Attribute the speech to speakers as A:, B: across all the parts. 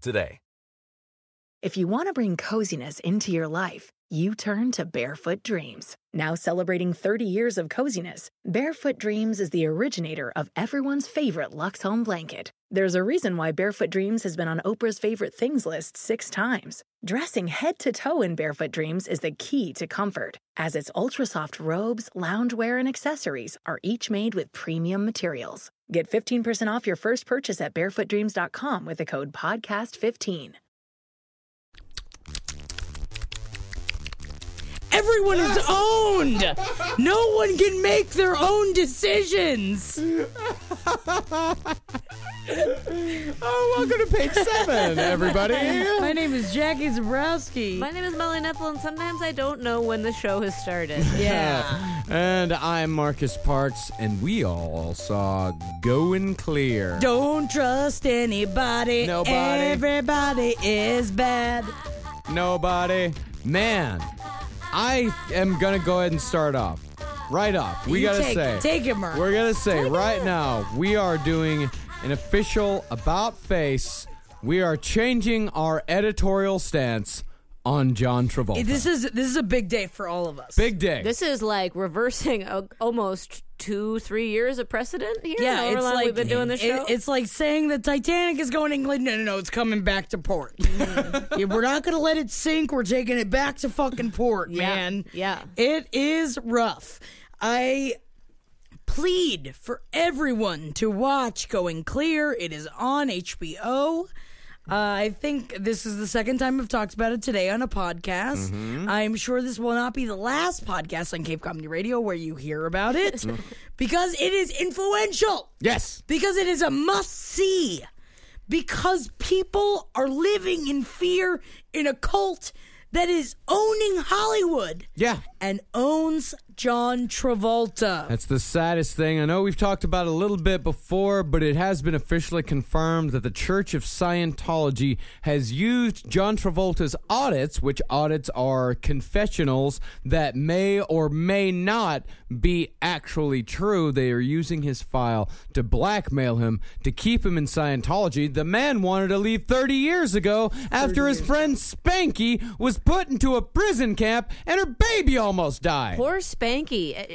A: today.
B: If you want to bring coziness into your life, you turn to Barefoot Dreams. Now celebrating 30 years of coziness, Barefoot Dreams is the originator of everyone's favorite Lux Home blanket. There's a reason why Barefoot Dreams has been on Oprah's favorite things list six times. Dressing head to toe in Barefoot Dreams is the key to comfort, as its ultra soft robes, loungewear, and accessories are each made with premium materials. Get 15% off your first purchase at barefootdreams.com with the code PODCAST15.
C: Everyone is owned. No one can make their own decisions.
D: Oh, welcome to page seven, everybody.
C: My name is Jackie Zabrowski.
E: My name is Molly Neffel, and sometimes I don't know when the show has started.
C: yeah.
D: and I'm Marcus Parts, and we all saw Going Clear.
C: Don't trust anybody.
D: Nobody.
C: Everybody is bad.
D: Nobody. Man, I am going to go ahead and start off. Right off. We
C: You
D: got to
C: take
D: say.
C: it. Take it, Mark.
D: We're going to say right now, we are doing an official about face. We are changing our editorial stance on John Travolta.
C: This is this is a big day for all of us.
D: Big day.
E: This is like reversing a, almost two, three years of precedent here.
C: yeah,
E: however
C: it's
E: long
C: like
E: we've been doing this show.
C: it- it's like saying the Titanic is going to England. No, no, no, it's coming back to port.
E: Mm.
C: Yeah, we're not going to let it sink. We're taking it back to fucking port, man.
E: yeah.
C: it is rough. I plead for everyone to watch Going Clear. It is on HBO. Uh, I think this is the second time I've talked about it today on a podcast. I'm sure this will not be the last podcast on Cape Comedy Radio where you hear about it because it is influential,
D: yes.
C: because it is a must see, because people are living in fear in a cult that is owning Hollywood
D: Yeah.
C: and owns John Travolta.
D: That's the saddest thing. I know we've talked about it a little bit before, but it has been officially confirmed that the Church of Scientology has used John Travolta's audits, which audits are confessionals that may or may not be actually true. They are using his file to blackmail him, to keep him in Scientology. The man wanted to leave 30 years ago after his friend Spanky was put into a prison camp and her baby almost died.
E: Poor Spanky. A-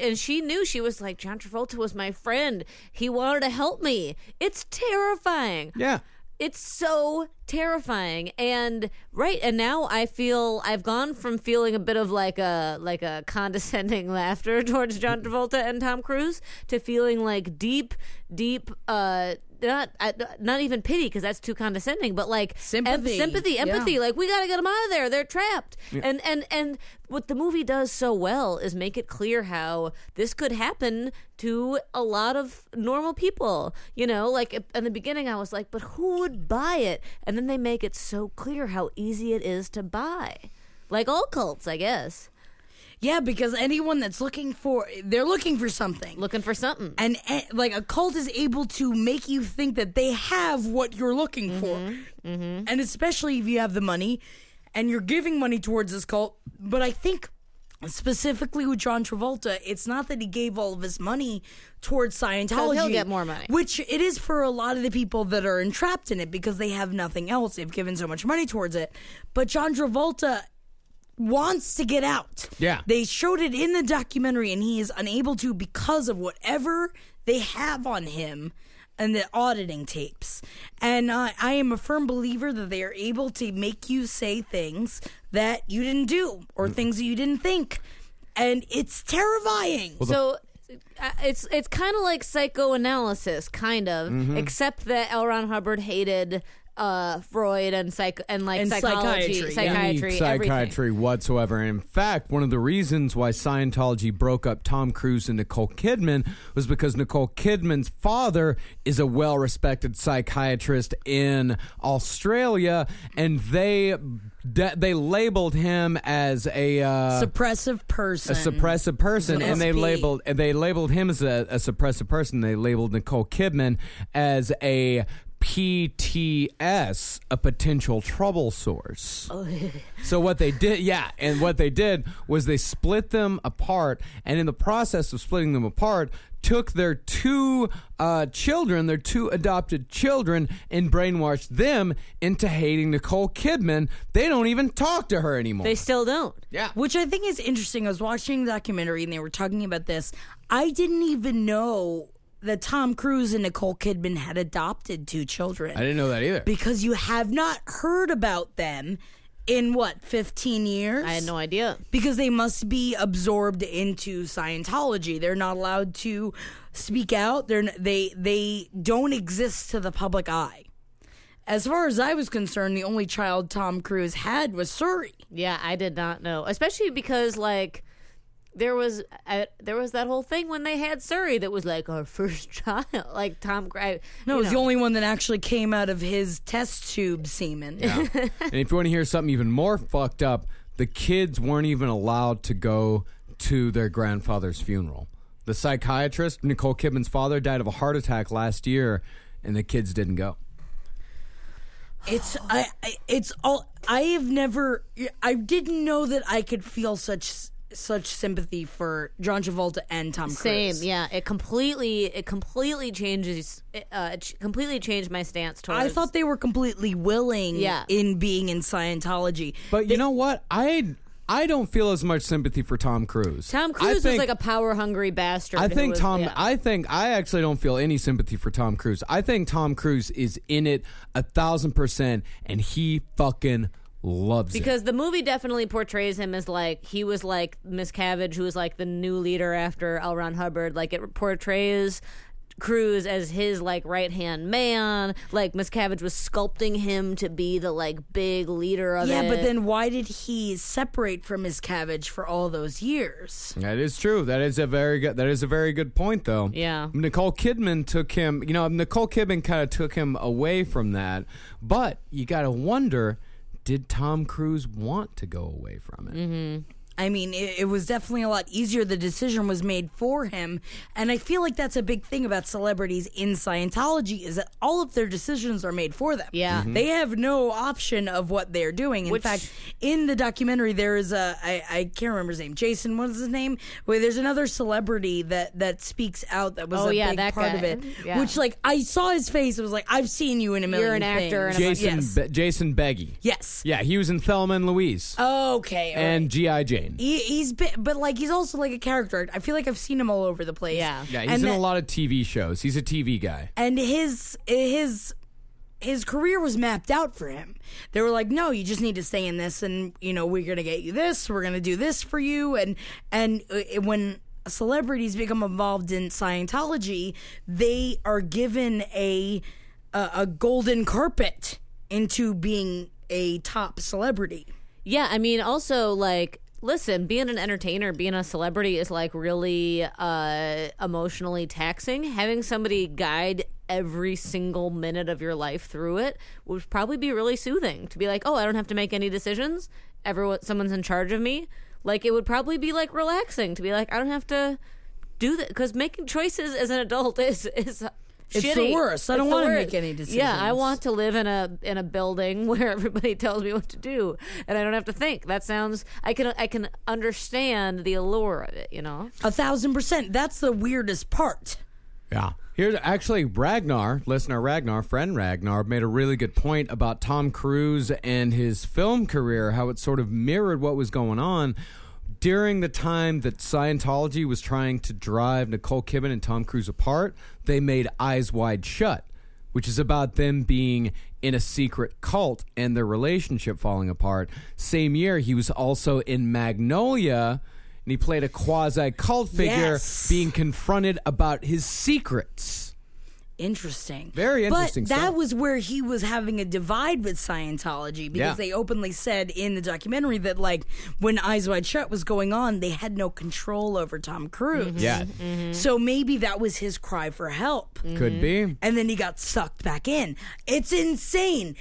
E: And she knew she was like, John Travolta was my friend. He wanted to help me. It's terrifying.
D: Yeah.
E: It's so terrifying. And right, and now I feel I've gone from feeling a bit of like a like a condescending laughter towards John Travolta and Tom Cruise to feeling like deep, deep uh not I, not even pity because that's too condescending, but like em-
C: Sympathy.
E: sympathy,
C: Yeah.
E: empathy. Like we gotta get them out of there. They're trapped. And and and what the movie does so well is make it clear how this could happen to a lot of normal people. You know, like at- in the beginning, I was like, but who would buy it? And then they make it so clear how easy it is to buy. Like all cults, I guess,
C: Yeah, because anyone that's looking for, they're looking for something.
E: looking for something.
C: And eh, like a cult is able to make you think that they have what you're looking for.
E: Mm-hmm,
C: And especially if you have the money and you're giving money towards this cult. But I think specifically with John Travolta, it's not that he gave all of his money towards Scientology.
E: get more money.
C: Which it is for a lot of the people that are entrapped in it because they have nothing else. They've given so much money towards it. But John Travolta wants to get out.
D: Yeah.
C: They showed it in the documentary and he is unable to because of whatever they have on him and the auditing tapes. And uh, I am a firm believer that they are able to make you say things that you didn't do or things that you didn't think. And it's terrifying.
E: so uh, it's it's kind of like psychoanalysis, kind of, except that L. Ron Hubbard hated uh, Freud and psych and like
C: And psychiatry, yeah.
E: psychology, psychiatry,
D: any
E: everything.
D: psychiatry whatsoever. In fact, one of the reasons why Scientology broke up Tom Cruise and Nicole Kidman was because Nicole Kidman's father is a well respected psychiatrist in Australia, and they de- they labeled him as a. Uh,
C: suppressive person.
D: a suppressive person, and they
C: SP.
D: labeled and they labeled him as a, a suppressive person. They labeled Nicole Kidman as a PTS, a potential trouble source. so what they did, yeah, and what they did was they split them apart, and in the process of splitting them apart. Took their two uh, children, their two adopted children, and brainwashed them into hating Nicole Kidman. They don't even talk to her anymore.
E: They still don't.
D: yeah,
C: Which I think is interesting. I was watching a documentary and they were talking about this. I didn't even know that Tom Cruise and Nicole Kidman had adopted two children.
D: I didn't know that either.
C: because you have not heard about them in what 15 years
E: I had no idea.
C: because they must be absorbed into Scientology. They're not allowed to speak out. They're n- they they don't exist to the public eye. As far as I was concerned, the only child Tom Cruise had was Suri.
E: Yeah, I did not know, especially because like there was uh, there was that whole thing when they had Surrey that was like our first child, like Tom. Cru- I,
C: No, it
E: you
C: was the
E: know.
C: only one that actually came out of his test tube semen.
D: and if you want to hear something even more fucked up, the kids weren't even allowed to go to their grandfather's funeral. The psychiatrist, Nicole Kidman's father, died of a heart attack last year, and the kids didn't go.
C: It's I, I it's all I have never I didn't know that I could feel such such sympathy for John Travolta and Tom
E: Same,
C: Cruise.
E: yeah. It completely, it completely changes. it, Uh, it ch- completely changed my stance towards.
C: I thought they were completely willing
E: Yeah.
C: in being in Scientology.
D: But you know what? I I don't feel as much sympathy for Tom Cruise.
E: Tom
D: I
E: Cruise was
D: think-
E: like a power hungry bastard.
D: I
E: who
D: think
E: was-
D: Tom.
E: yeah.
D: I think I actually don't feel any sympathy for Tom Cruise. I think Tom Cruise is in it a thousand percent, and he fucking loves it.
E: because the movie definitely portrays him as like he was like Miss Cavage, who was like the new leader after L. Ron Hubbard. Like it portrays Cruz as his like right hand man. Like Miss Cavage was sculpting him to be the like big leader of
C: Yeah,
E: it.
C: but then why did he separate from his cabbage for all those years?
D: That is true. That is a very good. That is a very good point, though.
E: Yeah.
D: Nicole Kidman took him. You know, Nicole Kidman kind of took him away from that. But you got to wonder, did Tom Cruise want to go away from it?
C: I mean, it, it was definitely a lot easier. The decision was made for him, and I feel like that's a big thing about celebrities in Scientology is that all of their decisions are made for them.
E: Yeah.
D: Mm-hmm.
E: Mhm.
C: they have no option of what they're doing. In
E: Which-
C: fact, in the documentary, there is a I, I can't remember his name. Jason, what is his name? Wait, there's another celebrity that that speaks out that was
E: Oh,
C: a
E: yeah,
C: big
E: that
C: part
E: guy.
C: of it.
E: Yeah.
C: Which, like, I saw his face. It was like I've seen you in a million.
E: an actor
C: things.
E: and a-
D: Jason.
C: Yes.
D: Be- Jason Beggy.
C: yes. Oh,
D: Yeah, he was in Thelma and Louise
C: Okay. all
D: and GI Jane.
C: he, he's been, but like he's also like a character. I feel like I've seen him all over the place.
E: Yeah.
D: yeah, he's
C: and
D: in
C: that-
D: a lot of TV shows. He's a TV guy.
C: And his his his career was mapped out for him. They were like, "No, you just need to stay in this, and you know we're gonna get you this. We're gonna do this for you." And and uh, when celebrities become involved in Scientology, they are given a a, a golden carpet into being a top celebrity.
E: Yeah, I mean, also like, listen, being an entertainer, being a celebrity is like really uh, emotionally taxing. Having somebody guide every single minute of your life through it would probably be really soothing. To be like, oh, I don't have to make any decisions. Everyone, someone's in charge of me. Like, it would probably be like relaxing to be like, I don't have to do that because making choices as an adult is is.
C: It's the
E: shitty.
C: worst. I
E: It's
C: don't
E: the
C: wanna make
E: worst.
C: any
E: Yeah, I
C: decisions.
E: want to live in a in a building where everybody tells me what to do and I don't have to think. That sounds I can I can understand the allure of it, you know.
C: A thousand percent. That's the weirdest part.
D: Yeah. Here's actually Ragnar, listener Ragnar, friend Ragnar, made a really good point about Tom Cruise and his film career, how it sort of mirrored what was going on during the time that Scientology was trying to drive Nicole Kidman and Tom Cruise apart. They made Eyes Wide Shut, which is about them being in a secret cult and their relationship falling apart. Same year, he was also in Magnolia. And he played a quasi cult figure
C: Yes.
D: being confronted about his secrets.
C: interesting.
D: Very interesting
C: But that
D: stuff.
C: was where he was having a divide with Scientology because
D: Yeah.
C: they openly said in the documentary that like when Eyes Wide Shut was going on, they had no control over Tom Cruise.
D: Mm-hmm. Yeah,
C: So maybe that was his cry for help.
D: could be.
C: And then he got sucked back in. It's insane.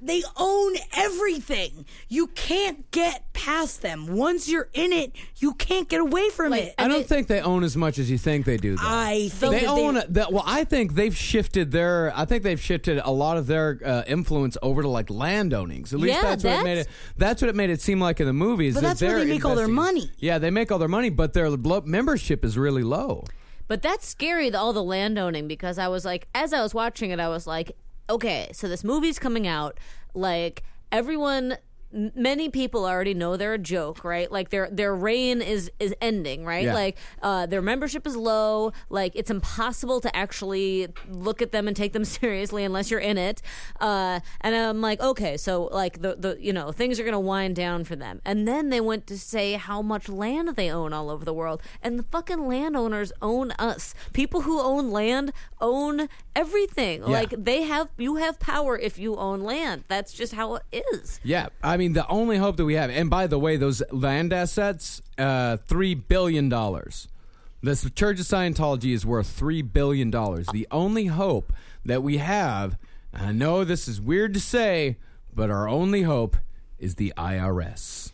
C: They own everything. You can't get past them. Once you're in it, you can't get away from it. Uh,
D: I don't think they own as much as you think they do. Though.
C: I think
D: they
C: that
D: own that. Well, I think they've shifted their. I think they've shifted a lot of their uh, influence over to like landownings. At least
E: Yeah,
D: that's, what it made
E: that's-
D: it. That's what it made it seem like in the movies.
C: But
D: that
C: that's where
D: they're
C: they make all their
D: investing-
C: money.
D: Yeah, they make all their money, but their lo- membership is really low.
E: But that's scary, the- all the landowning, because I was like, as I was watching it, I was like, okay, so this movie's coming out. Like, everyone. m- Many people already know they're a joke, right? Like their their reign is is ending, right?
D: Yeah.
E: Like uh, their membership is low. Like it's impossible to actually look at them and take them seriously unless you're in it. Uh, and I'm like, okay, so like the the you know things are gonna wind down for them. And then they went to say how much land they own all over the world, and the fucking landowners own us. People who own land own everything. Like they have you have power if you own land. That's just how it is.
D: Yeah, I mean the only hope that we have, and by the way, those land assets, uh, three billion dollars. The Church of Scientology is worth three billion dollars. The only hope that we have, I know this is weird to say, but our only hope is the IRS.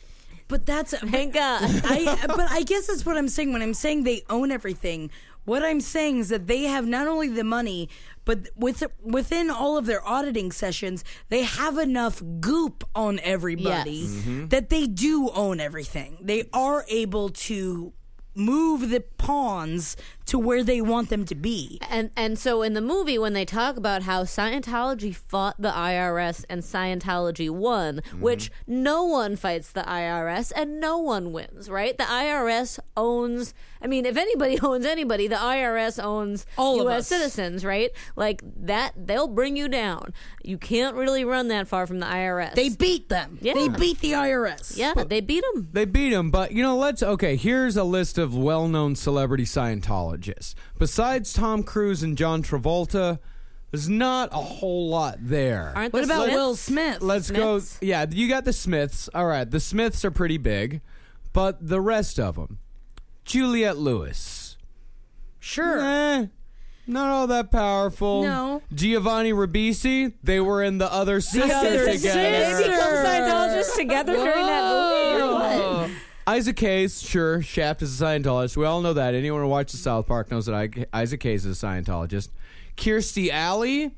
C: But that's
E: Thank God.
C: I, but I guess that's what I'm saying. When I'm saying they own everything, what I'm saying is that they have not only the money, but with within all of their auditing sessions, they have enough goop on everybody
E: Yes.
D: Mm-hmm.
C: that they do own everything. They are able to move the pawns to where they want them to be.
E: And and so in the movie when they talk about how Scientology fought the IRS and Scientology won, which no one fights the IRS and no one wins, right? The IRS owns I mean, if anybody owns anybody, the IRS owns
C: All of
E: US
C: us.
E: citizens, right? Like that they'll bring you down. You can't really run that far from the IRS.
C: They beat them.
E: Yeah.
C: They beat the IRS.
E: Yeah, they beat them.
D: They beat him, but you know, let's okay. Here's a list of well-known celebrity Scientologists. Besides Tom Cruise and John Travolta, there's not a whole lot there.
E: Aren't
C: What
E: the
C: about
E: Smiths?
C: Will Smith?
D: Let's
E: Smiths?
D: go. Yeah, you got the Smiths. All right, the Smiths are pretty big, but the rest of them, Juliette Lewis,
C: sure.
D: eh, not all that powerful.
C: Er. No.
D: Giovanni Ribisi, they were in the other sister
C: Other
D: together.
C: Sister.
E: Scientologists together during that movie.
D: Isaac Hayes, sure, Shaft is a Scientologist. We all know that. Anyone who watches South Park knows that I- Isaac Hayes is a Scientologist. Kirstie Alley,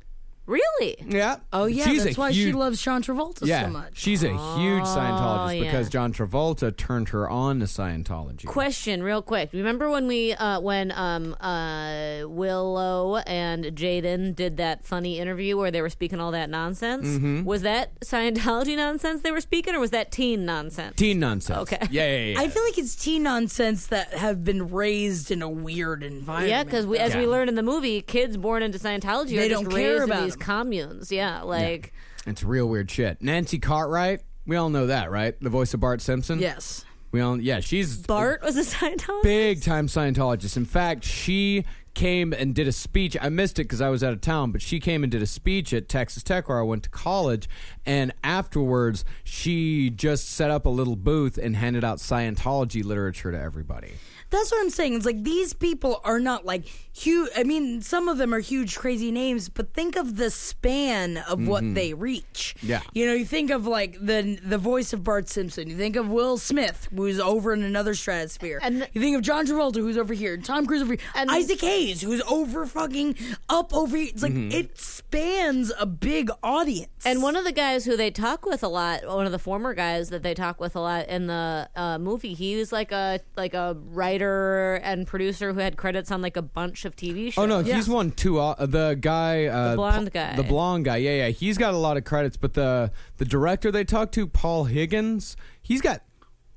E: Really?
D: yeah.
C: Oh yeah,
D: she's
C: that's
D: a
C: why she
D: huge-
C: loves Sean Travolta so much. Oh,
D: She's a huge Scientologist
E: yeah.
D: because John Travolta turned her on to Scientology.
E: question real quick remember when we uh when um uh willow and jaden did that funny interview where they were speaking all that nonsense
D: Mm-hmm.
E: was that scientology nonsense they were speaking or was that teen nonsense
D: Teen nonsense.
E: Okay.
D: Yeah, yeah, yeah.
C: I feel like it's teen nonsense that have been raised in a weird environment.
E: yeah because we, as we
D: Yeah.
E: learned in the movie kids born into scientology
C: They
E: are just
C: don't care
E: raised in
C: about
E: these
C: them.
E: communes yeah like
D: it's real weird shit. Nancy Cartwright, we all know that, right? The voice of Bart Simpson.
C: yes,
D: We all yeah, she's
E: bart was a scientologist
D: big time Scientologist. In fact, she came and did a speech. I missed it because I was out of town, but she came and did a speech at Texas Tech where I went to college. And afterwards, she just set up a little booth and handed out Scientology literature to everybody.
C: that's what I'm saying. It's like these people are not like huge. I mean, some of them are huge, crazy names, but think of the span of what they reach.
D: Yeah.
C: you know, you think of like the the voice of Bart Simpson. You think of Will Smith, who's over in another stratosphere.
E: And-
C: you think of John Travolta, who's over here. Tom Cruise over here.
E: And-
C: Isaac Hayes, who's over fucking up over. here. It's like it spans a big audience.
E: And one of the guys who they talk with a lot, one of the former guys that they talk with a lot in the uh, movie, he was like a like a writer and producer who had credits on like a bunch of TV shows.
D: Oh no, he's won two. Uh, the guy, uh,
E: The blonde
D: Pa-
E: guy.
D: the blonde guy. Yeah, yeah, he's got a lot of credits. But the the director they talked to, Paul Higgins, he's got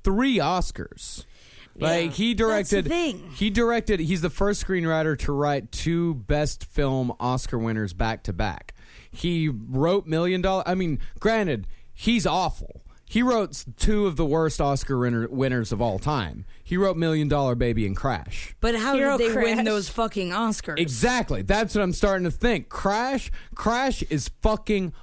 D: three Oscars. Like he
C: That's the
D: directed,
C: thing.
D: he directed. He's the first screenwriter to write two best film Oscar winners back to back. He wrote Million Dollar. I mean, granted, he's awful. He wrote two of the worst Oscar winner, winners of all time. He wrote Million Dollar Baby and Crash.
C: But how
F: Hero
C: did they win
F: Crash.
C: those fucking Oscars?
D: Exactly. That's what I'm starting to think. Crash, Crash is fucking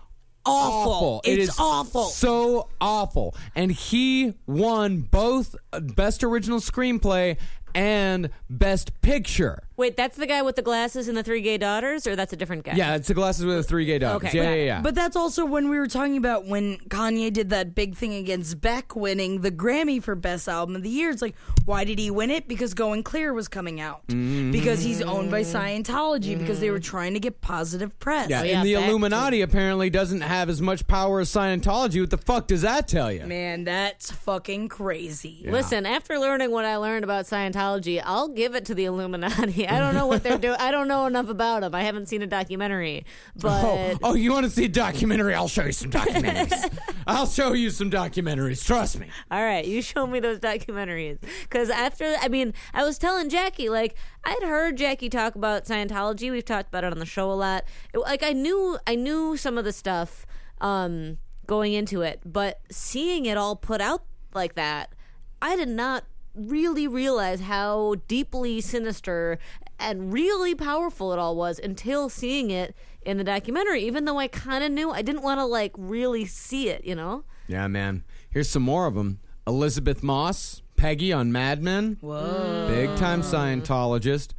C: Awful.
D: awful. It
C: It's
D: is
C: awful.
D: So awful. And he won both uh, best original screenplay and best picture.
E: Wait, that's the guy with the glasses and the three gay daughters, or that's a different guy?
D: Yeah, it's the glasses with the three gay dogs.
E: Okay.
D: Yeah, yeah, yeah.
C: But that's also when we were talking about when Kanye did that big thing against Beck winning the Grammy for Best Album of the Year. It's like, why did he win it? Because Going Clear was coming out.
D: Mm-hmm.
C: Because he's owned by Scientology, because they were trying to get positive press.
D: yeah,
E: yeah,
D: and the
E: back to-
D: Illuminati apparently doesn't have as much power as Scientology. What the fuck does that tell you?
C: Man, that's fucking crazy.
E: Listen, after learning what I learned about Scientology, I'll give it to the Illuminati. I don't know what they're doing. I don't know enough about them. I haven't seen a documentary,
D: Oh,
E: but
D: oh, you want to see a documentary? I'll show you some documentaries. I'll show you some documentaries. Trust me.
E: All right, you show me those documentaries. Because after, I mean, I was telling Jackie, like, I'd heard Jackie talk about Scientology. We've talked about it on the show a lot. It- like, I knew, I knew some of the stuff um, going into it, but seeing it all put out like that, I did not really realize how deeply sinister and really powerful it all was until seeing it in the documentary. Even though I kind of knew, I didn't want to like really see it, you know.
D: Yeah, man. Here's some more of them. Elizabeth Moss, Peggy on Mad Men. Whoa. Big time Scientologist.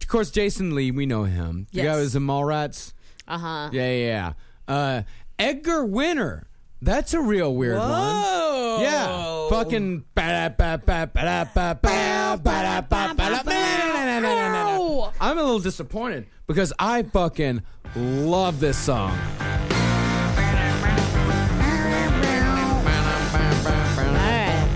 D: Of course, Jason Lee, we know him. The guy
C: Yes. Uh-huh.
D: who was in Mallrats.
E: Uh huh.
D: Yeah, yeah, yeah. Uh, Edgar Winter. That's a real weird one. Yeah. Fucking. I'm a little disappointed because I fucking love this song.
E: All right.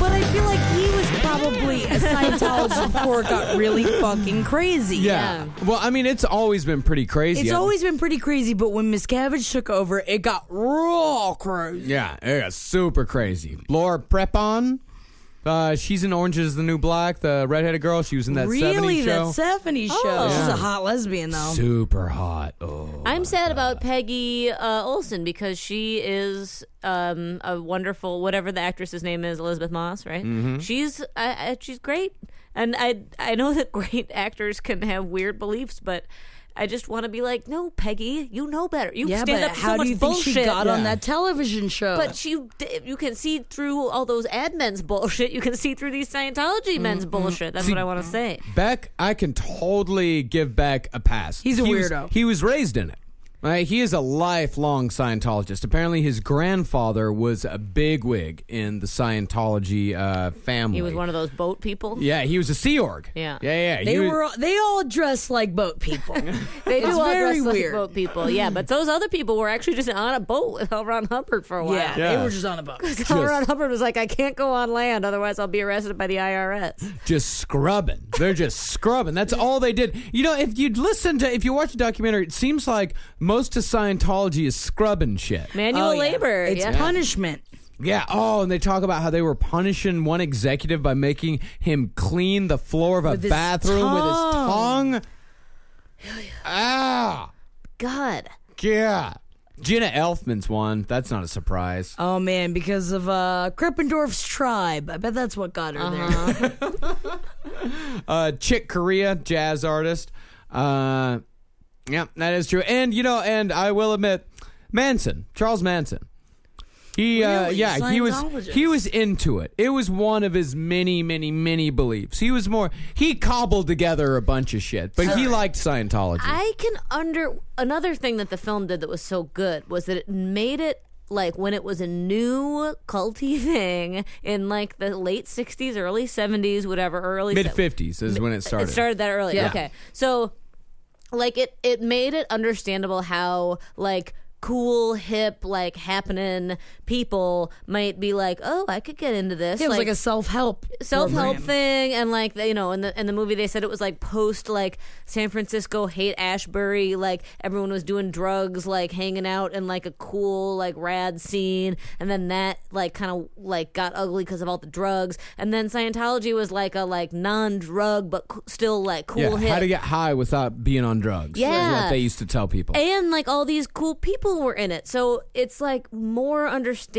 C: But I feel like he was probably a Scientologist before it got really fucking crazy.
D: Yeah. Well, I mean, it's always been pretty crazy.
C: It's
D: I-
C: always been pretty crazy, but when Miscavige took over, it got raw crazy.
D: Yeah, yeah, super crazy. Laura Prepon. Uh, she's in Orange is the New Black, the redheaded girl. She was in that
C: really,
D: 70s
C: that
D: show.
C: 70s show.
E: Oh.
C: She's
D: Yeah.
C: a hot lesbian, though.
D: super hot. Oh.
E: I'm sad about Peggy uh, Olson because she is um, a wonderful whatever the actress's name is, Elizabeth Moss, right? She's I, I, she's great, and I I know that great actors can have weird beliefs, but I just want to be like, no, Peggy, you know better. You
C: Yeah,
E: stand
C: but
E: up to
C: how
E: so much
C: do you
E: bullshit.
C: think she got on
D: Yeah.
C: that television show?
E: but she, d- you can see through all those ad men's bullshit. You can see through these Scientology men's
C: Mm-hmm.
E: bullshit. That's what I want to say.
D: Beck, I can totally give Beck a pass.
C: He's a
D: He
C: weirdo.
D: Was, he was raised in it. Right? He is a lifelong Scientologist. Apparently, his grandfather was a bigwig in the Scientology uh, family.
E: He was one of those boat people.
D: Yeah, he was a Sea Org.
E: Yeah.
D: yeah, yeah. he
C: they
D: was-
C: were all, they all dress like boat people.
E: They do
C: It's
E: all
C: very
E: dress like
C: weird.
E: boat people, yeah. But those other people were actually just on a boat with L. Ron Hubbard for a while.
C: yeah,
D: Yeah.
C: they were just on a boat.
E: L. Ron Hubbard was like, "I can't go on land, otherwise I'll be arrested by the IRS."
D: just scrubbing. They're just scrubbing. That's all they did. You know, if you listen to, if you watch a documentary, it seems like most of Scientology is scrubbing shit.
E: Manual
C: Oh, yeah.
E: labor.
C: It's
E: yeah.
C: punishment.
D: Yeah. Oh, and they talk about how they were punishing one executive by making him clean the floor of a
C: With his
D: bathroom with his
C: tongue.
D: tongue. ah,
E: God.
D: yeah. Gina Elfman's one. That's not a surprise.
C: Oh man, because of uh, Krippendorf's tribe. I bet that's what got her there.
D: uh, Chick Corea, jazz artist. Uh, yeah, that is true. And you know, and I will admit, Manson, Charles Manson. He, uh,
C: Really?
D: yeah, he was
C: Scientologist?
D: he was into it. It was one of his many, many, many beliefs. He was more he cobbled together a bunch of shit, but he liked Scientology.
E: I can under another thing that the film did that was so good was that it made it like when it was a new culty thing in like the late 60s early 70s whatever early
D: Mid fifties is when it started.
E: It started that early. Okay. So like it it made it understandable how like cool hip like happening people might be like oh i could get into this
C: It was like, a self help
E: self help thing, and like you know, in the in the movie they said it was like post like San Francisco hate Ashbury, like everyone was doing drugs, like hanging out in like a cool like rad scene, and then that like kind of like got ugly because of all the drugs, and then Scientology was like a like non drug but co- still like cool
D: yeah,
E: hip.
D: how to get high without being on drugs. is
E: Yeah.
D: what they used to tell people.
E: and like all these cool people people were in it. So it's like more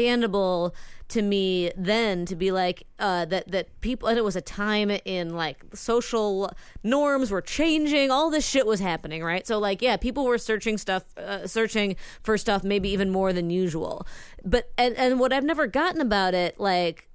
E: understandable to me then to be like uh, that that people and it was a time in like social norms were changing. All this shit was happening, right? So like yeah, people were searching stuff, uh, searching for stuff maybe even more than usual. But and and what I've never gotten about it like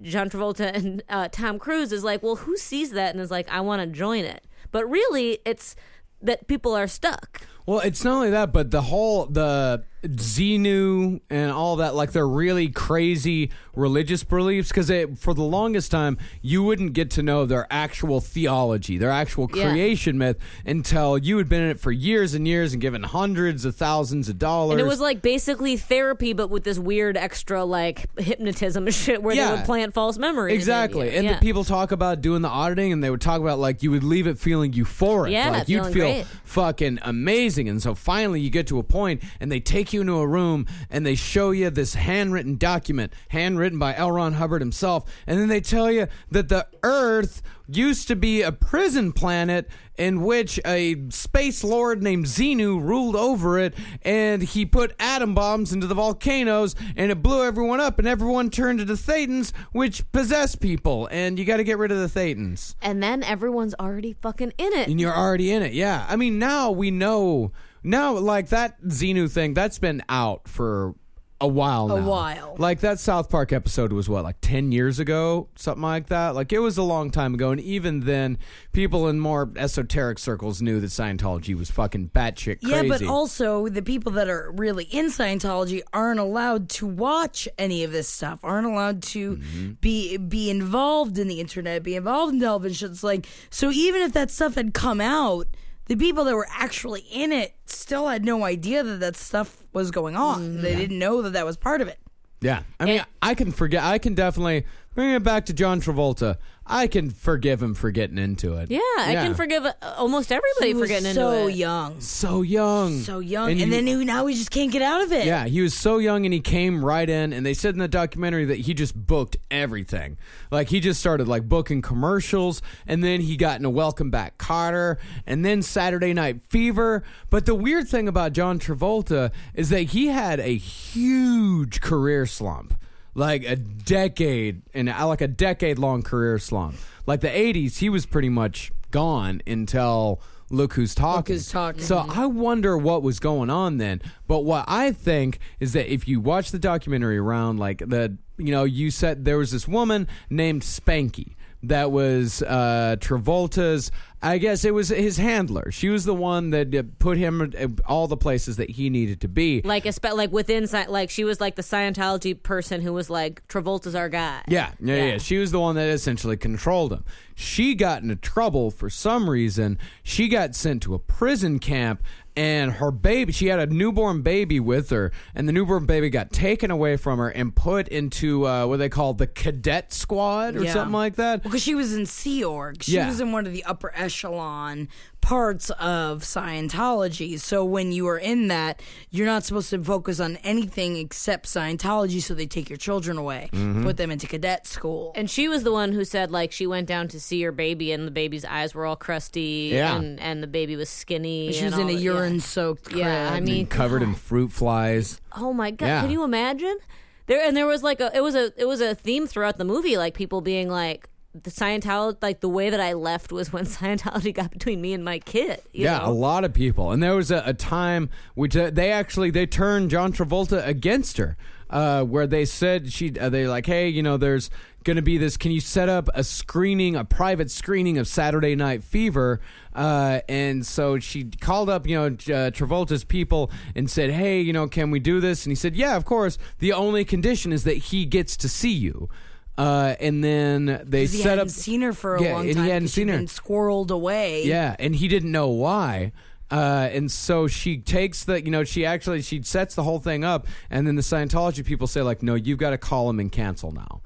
E: John Travolta and uh, Tom Cruise is like, well, who sees that and is like, I want to join it? But really, it's that people are stuck.
D: Well, it's not only that, but the whole the Xenu and all that, like they're really crazy religious beliefs. Because for the longest time, you wouldn't get to know their actual theology, their actual
E: Yeah.
D: creation myth, until you had been in it for years and years and given hundreds of thousands of dollars.
E: And it was like basically therapy, but with this weird extra like hypnotism shit where
D: Yeah.
E: they would plant false memories. in
D: Exactly.
E: you.
D: And
E: yeah.
D: the people talk about doing the auditing and they would talk about like you would leave it feeling euphoric.
E: Yeah,
D: like you'd
E: feeling
D: feel
E: great.
D: fucking amazing. And so finally you get to a point and they take you into a room and they show you this handwritten document, handwritten by L. Ron Hubbard himself, and then they tell you that the earth used to be a prison planet in which a space lord named Xenu ruled over it and he put atom bombs into the volcanoes and it blew everyone up and everyone turned into thetans which possess people and you got to get rid of the thetans
E: And then everyone's already fucking in it.
D: and you're already in it yeah i mean now we know now like that Xenu thing that's been out for a while
C: A
D: now.
C: while.
D: Like that South Park episode was what, like 10 years ago? Something like that? Like it was a long time ago. And even then, people in more esoteric circles knew that Scientology was fucking batshit crazy.
C: Yeah, but also the people that are really in Scientology aren't allowed to watch any of this stuff. Aren't allowed to
D: Mm-hmm.
C: be be involved in the internet, be involved in television. It's like so even if that stuff had come out, the people that were actually in it still had no idea that that stuff was going
E: Mm-hmm.
C: on. They didn't know that that was part of it.
D: Yeah. I mean, I can forget. I can definitely bring it back to John Travolta. I can forgive him for getting into it.
E: Yeah, I can forgive uh, almost everybody
C: He
E: for
C: was
E: getting
C: so
E: into it.
C: young,
D: So young.
C: so young, and,
D: you-
C: then he, now he just can't get out of it.
D: Yeah, he was so young and he came right in and they said in the documentary that he just booked everything. Like he just started like booking commercials and then he got in a Welcome Back Carter and then Saturday Night Fever. But the weird thing about John Travolta is that he had a huge career slump. Like a decade and uh, like a decade long career slump. Like the 80s he was pretty much gone until Look who's talking.
C: Who's Talking. Mm-hmm.
D: So I wonder what was going on then. But what I think is that if you watch the documentary around, like the, you know, you said there was this woman named Spanky that was uh, Travolta's. I guess it was his handler. She was the one that uh, put him uh, all the places that he needed to be.
E: Like, espe- like within, Sci- like she was like the Scientology person who was like Travolta's our guy.
D: Yeah, yeah, yeah, She was the one that essentially controlled him. She got into trouble for some reason. She got sent to a prison camp, and her baby, she had a newborn baby with her, and the newborn baby got taken away from her and put into uh, what they call the cadet squad or
C: Yeah.
D: something like that.
C: Because she was in Sea Org. She
D: Yeah.
C: was in one of the upper echelon parts of Scientology. So when you are in that, you're not supposed to focus on anything except Scientology. So they take your children away,
D: Mm-hmm.
C: put them into cadet school.
E: And she was the one who said like she went down to see her baby and the baby's eyes were all crusty
D: Yeah.
E: and and the baby was skinny.
C: she
E: and
C: was in
E: all
C: a
E: that-
C: urine soaked
E: Yeah, yeah I mean,
D: Covered in fruit flies.
E: oh my god,
D: Yeah.
E: can you imagine? There and there was like a it was a it was a theme throughout the movie like people being like the Scientology like the way that I left was when Scientology got between me and my kid. you
D: yeah,
E: know?
D: a lot of people. And there was a, a time which uh, they actually they turned John Travolta against her, uh, where they said she uh, they like, hey, you know, there's going to be this. Can you set up a screening, a private screening of Saturday Night Fever? Uh, and so she called up, you know, J- uh, Travolta's people and said, hey, you know, can we do this? And he said, yeah, of course. The only condition is that he gets to see you. Uh, and then
C: he
D: they set
C: hadn't
D: up
C: seen her for a
D: Yeah,
C: long
D: and
C: time.
D: he hadn't
C: 'cause she'd
D: seen her.
C: been squirreled away.
D: yeah, and he didn't know why. Uh, and so she takes the, you know, she actually she sets the whole thing up, and then the Scientology people say like, no, you've got to call him and cancel now.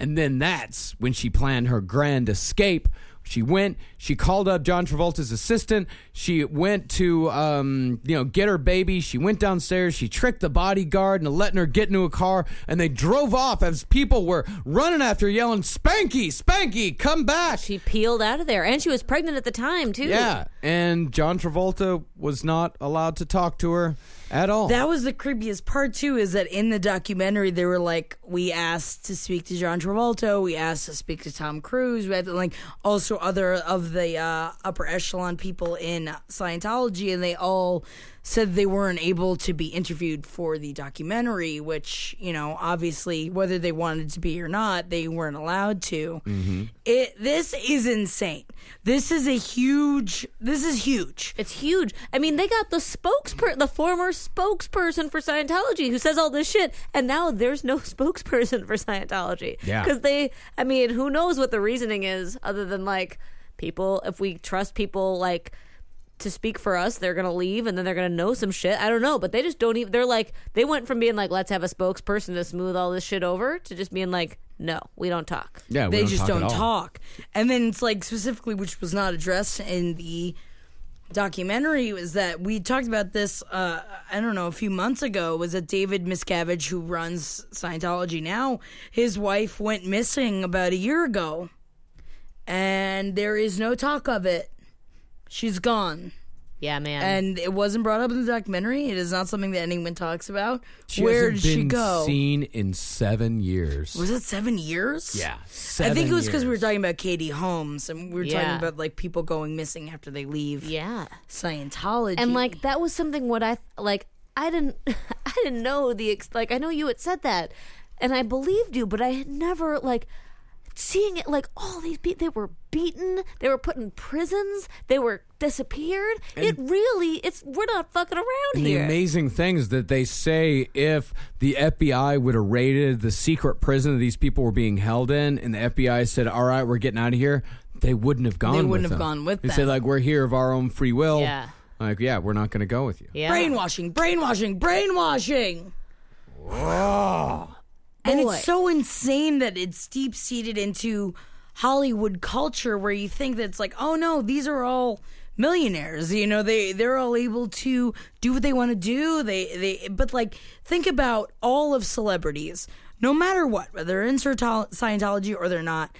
D: And then that's when she planned her grand escape. She went. She called up John Travolta's assistant. She went to um, you know get her baby. She went downstairs. She tricked the bodyguard into letting her get into a car, and they drove off as people were running after, her, yelling, "Spanky, Spanky, come back!"
E: She peeled out of there, and she was pregnant at the time too.
D: yeah, and John Travolta was not allowed to talk to her at all.
C: That was the creepiest part too. Is that in the documentary they were like, we asked to speak to John Travolta, we asked to speak to Tom Cruise, we had to, like also other of the uh, upper echelon people in Scientology, and they all said they weren't able to be interviewed for the documentary. Which you know, obviously, whether they wanted to be or not, they weren't allowed to. It this is insane. This is a huge. This is huge.
E: It's huge. I mean, they got the spokesperson, the former spokesperson for Scientology, who says all this shit, and now there's no spokesperson for Scientology.
D: Yeah.
E: Because they, I mean, who knows what the reasoning is other than like people, if we trust people like to speak for us, they're going to leave and then they're going to know some shit. I don't know, but they just don't even, they're like, they went from being like, let's have a spokesperson to smooth all this shit over to just being like, no, we don't talk.
D: yeah, we
C: they just
D: at
C: don't
D: all.
C: talk. And then it's like specifically, which was not addressed in the documentary, was that we talked about this. Uh, I don't know, a few months ago, was that David Miscavige, who runs Scientology now, his wife went missing about a year ago, and there is no talk of it. She's gone.
E: Yeah, man.
C: And it wasn't brought up in the documentary. It is not something that anyone talks about.
D: She
C: Where did
D: hasn't
C: she
D: been
C: go?
D: Seen in seven years.
C: Was it seven years?
D: Yeah,
C: I think
D: seven
C: it was because we were
D: years.
C: talking about Katie Holmes and we were talking
E: Yeah.
C: about like people going missing after they leave
E: yeah.
C: Scientology.
E: and like that was something what i like i didn't i didn't know the ex- like i know you had said that and i believed you but i had never like seeing it like all these people they were beaten they were put in prisons they were disappeared it really it's we're not fucking around
D: And the
E: here
D: amazing things that they say if the FBI would have raided the secret prison that these people were being held in, and the FBI said, "All right, we're getting out of here," they wouldn't have gone.
C: They
D: with
C: wouldn't have
D: them.
C: gone with
D: They
C: them.
D: said, "Like we're here of our own free will."
E: Yeah.
D: Like, yeah, we're not going to go with you.
E: yeah
C: brainwashing, brainwashing, brainwashing. and
E: Boy.
C: it's so insane that it's deep seated into Hollywood culture where you think that it's like, oh no, these are all millionaires. You know, they they're all able to do what they want to do. They they but like think about all of celebrities, no matter what, whether they're in Scientol- Scientology or they're not.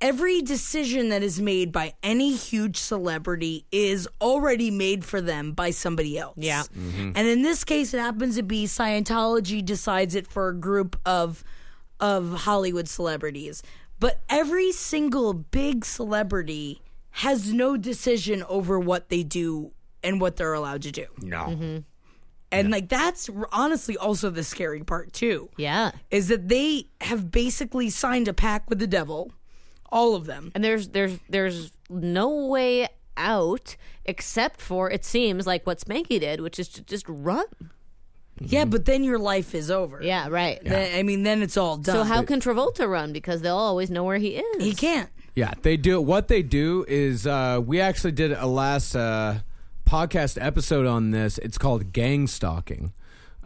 C: Every decision that is made by any huge celebrity is already made for them by somebody else.
E: Yeah.
C: And in this case, it happens to be Scientology decides it for a group of of Hollywood celebrities. But every single big celebrity has no decision over what they do and what they're allowed to do.
D: No.
C: Mm-hmm. And like that's r- honestly also the scary part too.
E: yeah
C: Is that they have basically signed a pact with the devil, all of them.
E: and there's there's there's no way out except for it seems like what spanky did which is to just run
C: Yeah, but then your life is over.
E: yeah right
C: Then- I mean, then it's all done.
E: so how can travolta run because they'll always know where he is
C: he can't?
D: Yeah, they do. What they do is uh, we actually did a last uh, podcast episode on this. It's called gang stalking,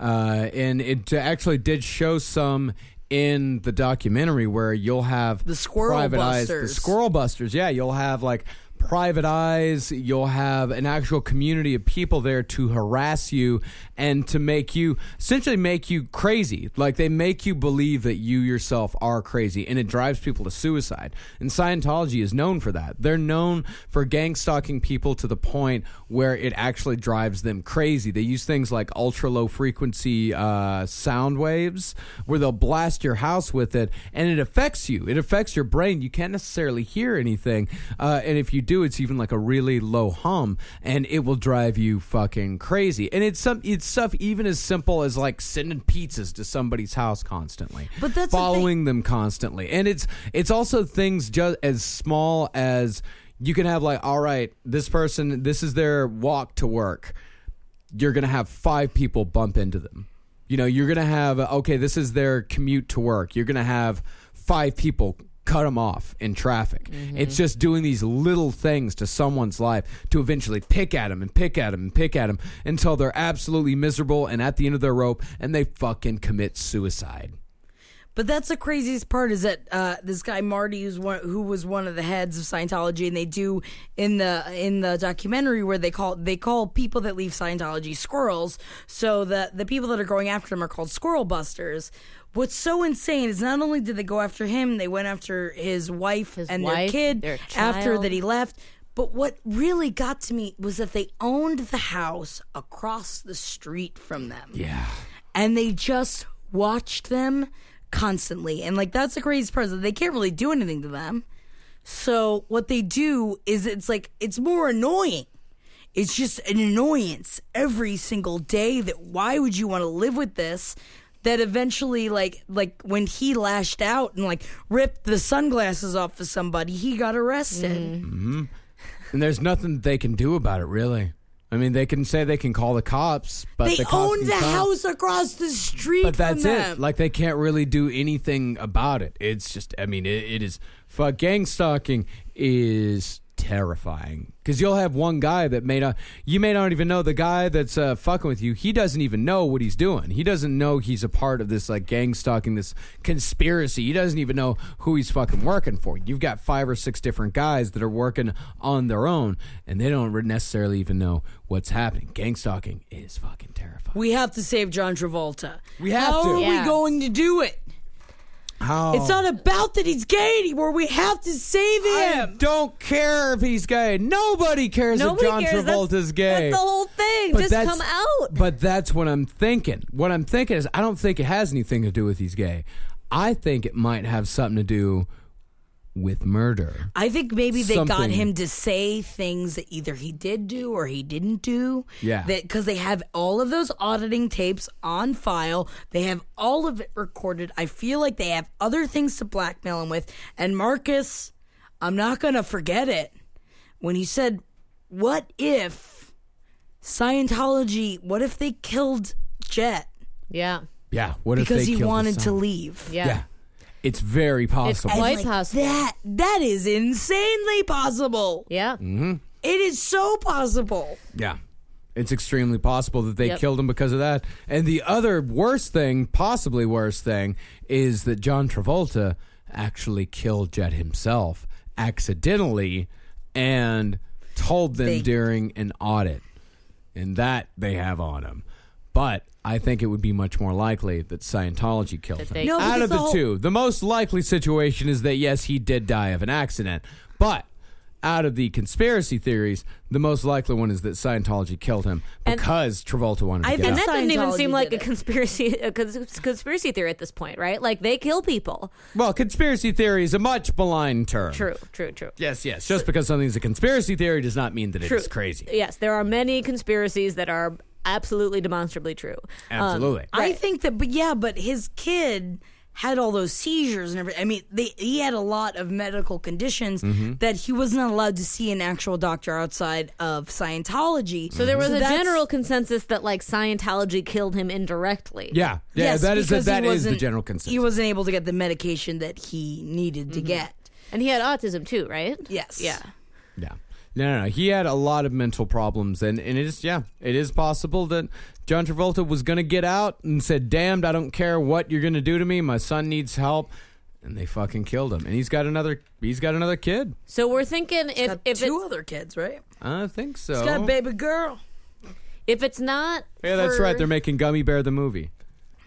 D: uh, and it actually did show some in the documentary where you'll have the
C: squirrel
D: private eyes,
C: busters.
D: the squirrel busters. Yeah, you'll have like private eyes. You'll have an actual community of people there to harass you and to make you essentially make you crazy. Like they make you believe that you yourself are crazy and it drives people to suicide. And Scientology is known for that. They're known for gang stalking people to the point where it actually drives them crazy. They use things like ultra low frequency uh, sound waves where they'll blast your house with it and it affects you. It affects your brain. You can't necessarily hear anything. Uh, and if you do, it's even like a really low hum and it will drive you fucking crazy. And it's some it's stuff even as simple as like sending pizzas to somebody's house constantly.
C: But that's the thing.
D: following them constantly and it's it's also things just as small as you can have like all right this person this is their walk to work you're gonna have five people bump into them you know you're gonna have uh, okay this is their commute to work you're gonna have five people cut them off in traffic
C: Mm-hmm.
D: it's just doing these little things to someone's life to eventually pick at them and pick at them and pick at them until they're absolutely miserable and at the end of their rope and they fucking commit suicide
C: But that's the craziest part is that uh, this guy Marty, who's one, who was one of the heads of Scientology, and they do in the in the documentary where they call they call people that leave Scientology squirrels, so that the people that are going after them are called squirrel busters. What's so insane is not only did they go after him, they went after his wife
E: His
C: and
E: wife,
C: their kid
E: their
C: after
E: child.
C: that he left. But what really got to me was that they owned the house across the street from them
D: Yeah.
C: and they just watched them constantly. And like that's the craziest part is that they can't really do anything to them. So what they do is it's like it's more annoying. It's just an annoyance every single day that why would you want to live with this? That eventually like like when he lashed out and like ripped the sunglasses off of somebody, he got arrested.
D: Mm. And there's nothing they can do about it, really. I mean, they can say they can call the cops, but
C: They
D: the cops
C: own
D: can
C: the
D: come.
C: house across the street
D: But that's
C: from
D: it.
C: them.
D: Like they can't really do anything about it. It's just, I mean, it, it is. Fuck, gang stalking is terrifying because you'll have one guy that may not, you may not even know the guy that's uh, fucking with you. He doesn't even know what he's doing. He doesn't know he's a part of this like gang stalking, this conspiracy. He doesn't even know who he's fucking working for. You've got five or six different guys that are working on their own, and they don't re- necessarily even know what's happening. Gang stalking is fucking terrifying.
C: we have to save John Travolta.
D: We have
C: How
D: to.
C: are we
E: Yeah.
C: going to do it?
D: How?
C: It's
E: Oh.
C: not about that he's gay anymore. We have to save
D: I
C: him.
D: don't care if he's gay. Nobody cares
E: Nobody
D: if John
E: cares. That's-
D: Travolta's gay.
E: That's the whole thing.
D: But
E: Just
D: that's-
E: come out.
D: But that's what I'm thinking. What I'm thinking is, I don't think it has anything to do with he's gay. I think it might have something to do with murder.
C: I think maybe they got
D: Something.
C: him to say things that either he did do or he didn't do.
D: Yeah.
C: Because they have all of those auditing tapes on file. They have all of it recorded. I feel like they have other things to blackmail him with. And Marcus, I'm not going to forget it. When he said, What if Scientology, what if they killed Jet
E: Yeah.
D: Yeah. What if
C: because
D: they
C: he
D: killed his
C: wanted to
D: son?
C: leave?
E: Yeah.
D: Yeah. It's very possible.
C: And,
E: quite- possible.
C: That that is insanely possible.
E: Yeah.
D: Mm-hmm.
C: It is so possible.
D: yeah. It's extremely possible that they
E: Yep.
D: killed him because of that. And the other worst thing, possibly worst thing, is that John Travolta actually killed Jet himself accidentally and told them
C: They-
D: during an audit. And that they have on him. But I think it would be much more likely that Scientology killed him.
E: they-
C: No,
D: Out
C: because
D: of the,
C: the whole-
D: two, the most likely situation is that yes, he did die of an accident. But out of the conspiracy theories, the most likely one is that Scientology killed him
E: And-
D: because Travolta wanted to
C: I
D: get
C: think
E: And
D: out.
E: that doesn't even
C: Scientology
E: seem like a
C: did it.
E: conspiracy a cons- conspiracy theory at this point, right? Like they kill people.
D: Well, conspiracy theory is a much malign term.
E: True, true, true.
D: Yes, yes. Just because something's a conspiracy theory does not mean that it is
E: true.
D: crazy.
C: Um,
E: Yes, there are many conspiracies that are absolutely demonstrably true. Um,
D: Absolutely.
C: I think that, but yeah, but his kid had all those seizures and everything. I mean, they, he had a lot of medical conditions
E: Mm-hmm.
C: that he wasn't allowed to see an actual doctor outside of Scientology.
E: so there was a
C: that's-
E: general consensus that like Scientology killed him indirectly.
D: yeah, yeah.
C: Yes,
D: that is the,
C: because he
D: that is the
C: wasn't-
D: general consensus.
C: He wasn't able to get the medication that he needed to get.
E: And he had autism too, right?
C: Yes.
E: Mm-hmm. Yeah.
D: Yeah. No, no, no. He had a lot of mental problems, and, and it is, yeah, it is possible that John Travolta was going to get out and said, damned, I don't care what you're going to do to me. My son needs help. And they fucking killed him. And he's got another, he's got another kid.
E: So we're thinking if
C: Got
E: if
C: two
E: it's,
C: other kids, right?
D: I think so.
C: He's got a baby girl.
E: if it's not
D: yeah, that's
E: for-
D: right. They're making Gummy Bear the movie.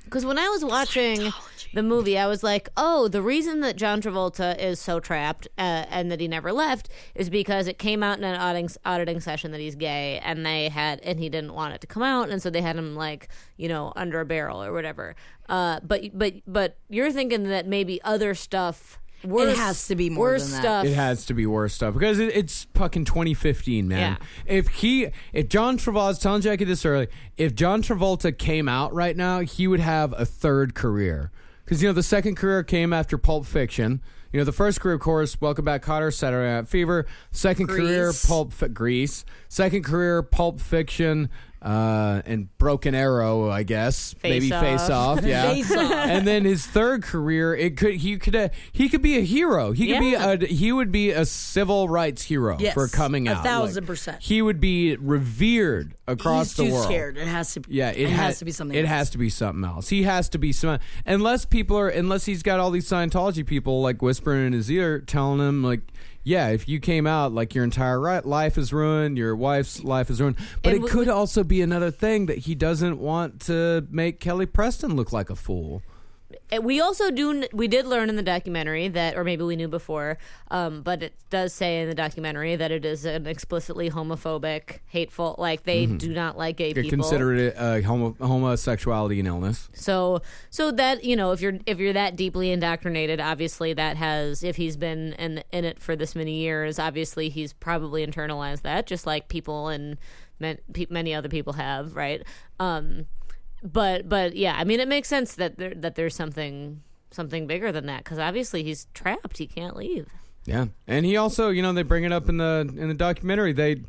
E: Because when I was watching the movie, I was like, oh, the reason that John Travolta is so trapped uh, and that he never left is because it came out in an auditing, auditing session that he's gay and they had, and he didn't want it to come out. And so they had him like, you know, under a barrel or whatever. Uh, but, but, but you're thinking that maybe other stuff. Worse,
C: has to be more
E: worse
C: than that.
E: stuff.
D: It has to be worse stuff because it, it's fucking 2015, man. If he, if John Travolta, telling Jackie this early, if John Travolta came out right now, he would have a third career because you know the second career came after Pulp Fiction. You know the first career, of course, Welcome Back, Cotter, Saturday Night Fever. Second career,
C: Grease.
D: Pulp Fi- Grease. Second career, Pulp Fiction. uh, and Broken Arrow, I guess. Maybe
E: Off.
D: Face Off. Yeah.
C: Face Off.
D: And then his third career, it could he could uh, he could be a hero. He could be a he would be a civil rights hero
C: Yes,
D: for coming
C: a
D: out.
C: thousand percent.
D: He would be revered across
C: He's
D: the
C: too
D: world.
C: scared. It has to.
D: Yeah, it,
C: it
D: ha-
C: has to be something.
D: It
C: else.
D: has to be something else. He has to be some unless people are unless he's got all these Scientology people like whispering in his ear, telling him like, yeah, if you came out, like your entire ri life is ruined, your wife's life is ruined. But
E: And
D: it
E: w-
D: could also be another thing that he doesn't want to make Kelly Preston look like a fool.
E: And we also do we did learn in the documentary that or maybe we knew before um, but it does say in the documentary that it is an explicitly homophobic hateful like they do not like gay
D: They
E: people
D: Consider it uh, homo- homosexuality an illness.
E: so so that you know if you're if you're that deeply indoctrinated obviously that has if he's been in in it for this many years obviously he's probably internalized that just like people and man, pe- many other people have right um but but yeah i mean it makes sense that there that there's something something bigger than that because obviously he's trapped he can't leave
D: Yeah, and he also, you know, they bring it up in the in the documentary. They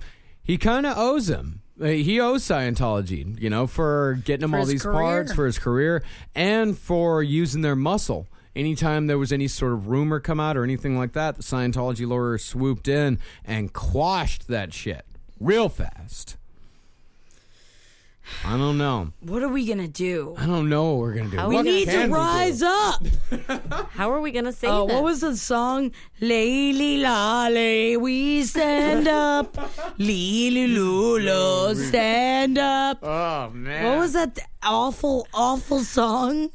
D: he kind of owes him. Uh, He owes Scientology, you know, for getting him all
C: his
D: these
C: career.
D: parts for his career and for using their muscle. Anytime there was any sort of rumor come out or anything like that, the Scientology lawyer swooped in and quashed that shit real fast. I don't know.
C: What are we gonna do?
D: I don't know what we're gonna do.
E: How
C: We
E: What
C: need
D: can
C: to
D: we do?
C: rise up.
E: how are we gonna say
C: Oh,
E: that?
C: what was the song? Lay lolly, we stand up. Lily lulo, stand up.
D: Oh man!
C: What was that awful, awful song?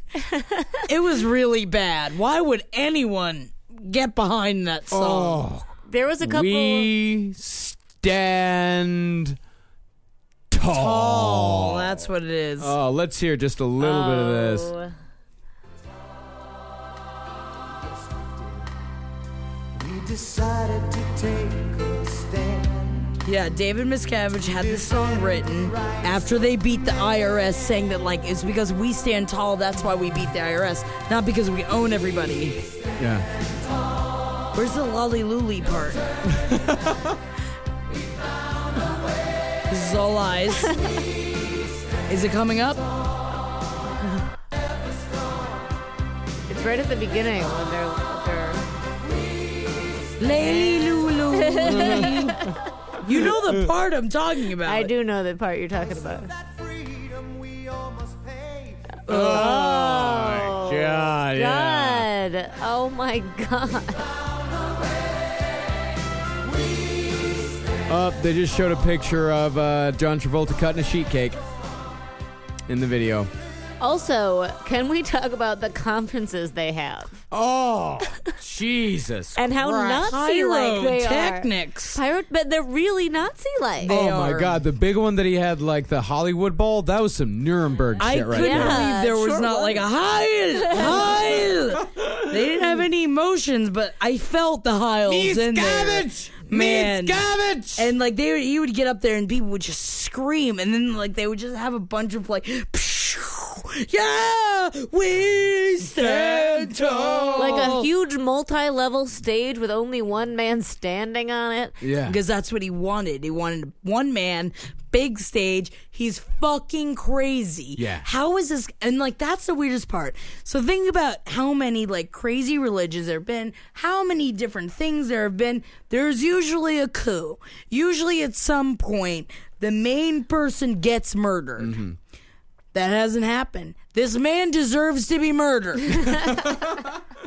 C: it was really bad. Why would anyone get behind that song?
D: Oh,
E: there was a couple
D: We stand tall.
C: Oh, that's what it is.
D: Oh, let's hear just a little bit of this.
E: Oh.
C: Yeah, David Miscavige had this song written after they beat the IRS, saying that like it's because we stand tall, that's why we beat the IRS, not because we own everybody.
D: Yeah.
C: Where's the lolly looly part? this is all lies. is it coming up?
E: it's right at the beginning when they're, they're
C: Lay Lulu. you know the part I'm talking about.
E: I do know that part you're talking about.
D: Oh, my God. Yeah.
E: God. Oh my God.
D: Up, Oh, they just showed a picture of uh, John Travolta cutting a sheet cake in the video.
E: Also, can we talk about the conferences they have
D: Oh, Jesus.
E: and how Nazi like they
C: Pyrotechnics.
E: are? Pirate, but they're really Nazi like.
D: Oh
C: are-
D: my God! The big one that he had, like the Hollywood Bowl, that was some Nuremberg
C: I
D: shit right
C: couldn't
D: there.
E: Yeah,
C: believe there
E: it
C: was
E: sure
C: not
E: was.
C: like a Heil, Heil. they didn't have any emotions, but I felt the Heils in there. Man.
D: Miscavige!
C: And like they, would, he would get up there, and people would just scream, and then like they would just have a bunch of like, yeah, we stand tall,
E: Like a huge multi level stage with only one man standing on it.
D: yeah.
C: because that's what he wanted. He wanted one man, big stage. He's fucking crazy.
D: Yeah.
C: How is this? And like that's the weirdest part. So think about how many like crazy religions there have been, how many different things there have been. There's usually a coup. Usually at some point, the main person gets murdered.
D: Mm-hmm.
C: That hasn't happened. This man deserves to be murdered.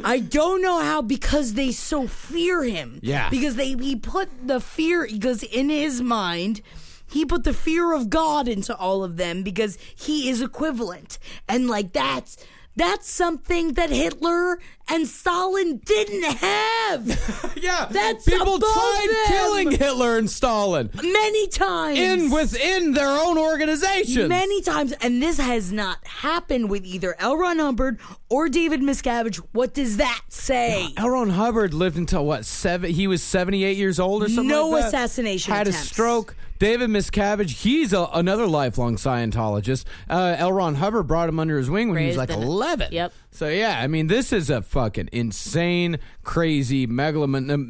C: I don't know how because they so fear him.
D: Yeah.
C: Because they he put the fear because in his mind he put the fear of God into all of them because he is equivalent. And like that's that's something that Hitler and Stalin didn't have
D: Yeah,
C: That's
D: people
C: above
D: tried
C: them.
D: killing Hitler and Stalin
C: many times.
D: in within their own organizations.
C: Many times, and this has not happened with either L. Ron Hubbard or David Miscavige. What does that say?
D: L. Ron Hubbard lived until what? Seven? He was seventy-eight years old or something.
C: No
D: like that.
C: assassination
D: Had
C: attempts.
D: a stroke. David Miscavige, he's a, another lifelong Scientologist. Uh, L. Ron Hubbard brought him under his wing when he was
E: Raised
D: like
E: in it.
D: eleven.
E: Yep.
D: So yeah, I mean, this is a fucking insane, crazy, megaloman-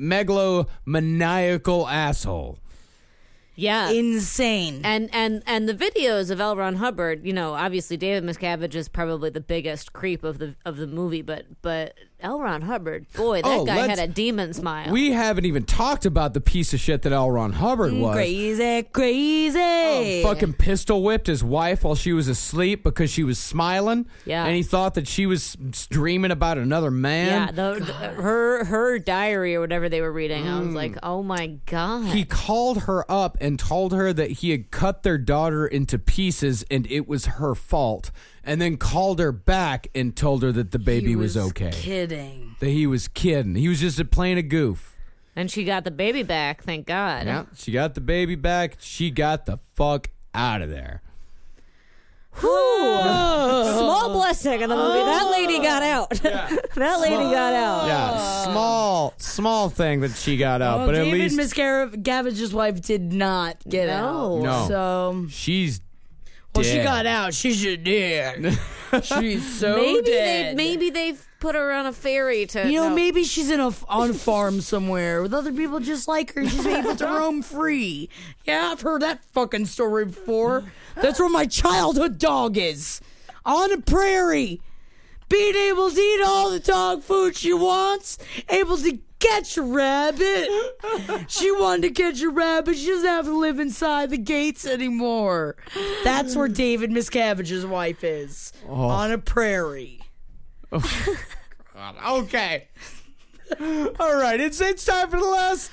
D: megalomaniacal asshole.
E: Yeah.
C: insane.
E: and and and the videos of L. Ron Hubbard, you know, obviously David Miscavige is probably the biggest creep of the of the movie, but but L. Ron Hubbard, boy, that
D: Oh,
E: guy
D: let's-
E: had a demon smile.
D: We haven't even talked about the piece of shit that L. Ron Hubbard was.
C: crazy, crazy.
D: Fucking pistol whipped his wife while she was asleep because she was smiling.
E: Yeah.
D: And he thought that she was s- dreaming about another man.
E: yeah, the, the- her her diary or whatever they were reading, I was like, oh my god.
D: he called her up and told her that he had cut their daughter into pieces and it was her fault. And then called her back and told her that the baby
C: He
D: was, okay.
C: Kidding.
D: that he was kidding. He was just playing a goof.
E: and she got the baby back, thank God.
D: Yeah. She got the baby back. She got the fuck out of there.
E: Small blessing in the movie. That lady got out. that lady got out.
D: Yeah, small, small thing that she got out,
E: Oh,
C: Well,
D: but at
C: Oh, David
D: least
C: Miscavigege's wife did not get
E: No.
C: out.
D: No.
C: So,
D: she's.
C: well, she
D: dead.
C: got out. She's a dead. She's so
E: Maybe they
C: dead.
E: maybe they've put her on a ferry to
C: You know,
E: no.
C: maybe she's in a f- on a farm somewhere with other people just like her. She's able to roam free. Yeah, I've heard that fucking story before. That's where my childhood dog is on a prairie, being able to eat all the dog food she wants, able to catch a rabbit. She wanted to catch a rabbit. She doesn't have to live inside the gates anymore. That's where David Miscavige's wife is on a prairie.
D: Okay. All right, it's it's time for the list.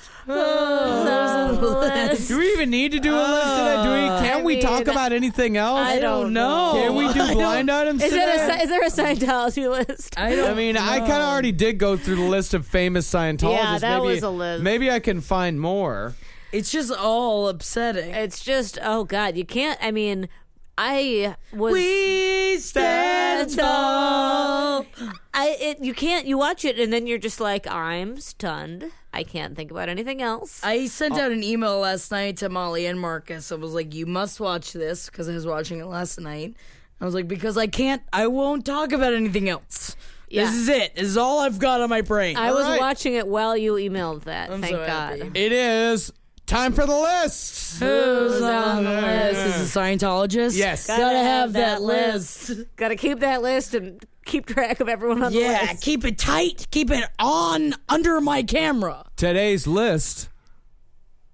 D: Do we even need to do a list today? Do we? Can we talk
E: Oh. mean,
D: about anything else?
E: I don't know.
D: Can we do blind items
E: Is
D: today?
E: there, a, is there a Scientology list?
D: I, mean, I kind of already did go through the list of famous Scientologists.
E: Yeah, that
D: maybe,
E: was a list.
D: Maybe I can find more.
C: It's just all upsetting.
E: It's just oh god, you can't. I mean, I was.
C: We stand tall.
E: I it you can't you watch it and then you're just like I'm stunned. I can't think about anything else.
C: I sent out an email last night to Molly and Marcus. I was like, "You must watch this" because I was watching it last night. I was like, "Because I can't, I won't talk about anything else.
E: Yeah.
C: This is it. This is all I've got on my brain."
E: I was
D: right.
E: watching it while you emailed that.
C: I'm
E: thank
C: so
E: God.
C: happy.
D: It is time for the list.
C: Who's on the list? Is a Scientologist?
D: Yes.
C: gotta,
E: Gotta
C: have,
E: have
C: that,
E: that
C: list.
E: Got to keep that list and keep track of everyone on the
C: Yeah,
E: list.
C: keep it tight. Keep it on under my camera.
D: Today's list,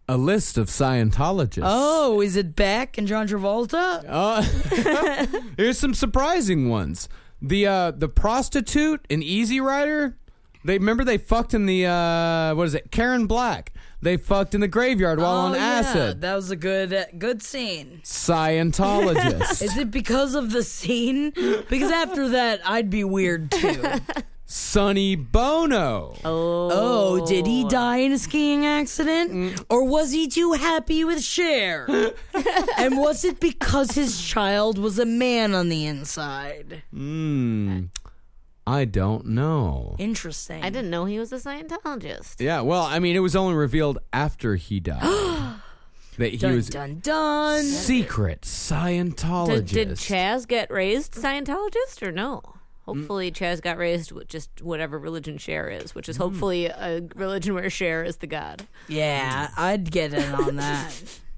D: a list of Scientologists.
C: Oh, is it Beck and John Travolta?
D: Uh, here's some surprising ones. The uh, the prostitute and Easy Rider. They remember they fucked in the uh, what is it? Karen Black. They fucked in the graveyard while on
C: Oh, yeah,
D: acid.
C: That was a good uh, good scene.
D: Scientologist.
C: Is it because of the scene? Because after that, I'd be weird too.
D: Sonny Bono.
C: oh, did he die in a skiing accident, or was he too happy with Cher? and was it because his child was a man on the inside?
D: Hmm. I don't know.
C: Interesting.
E: I didn't know he was a Scientologist.
D: Yeah, well, I mean, it was only revealed after he died that he
C: Dun
D: was
C: dun dun.
D: secret
E: Did,
D: Scientologist.
E: did Chaz get raised Scientologist or no?
C: Mm.
E: Hopefully, Chaz got raised with just whatever religion Cher is, which is hopefully a religion where Cher is the god.
C: Yeah, I'd get in on that.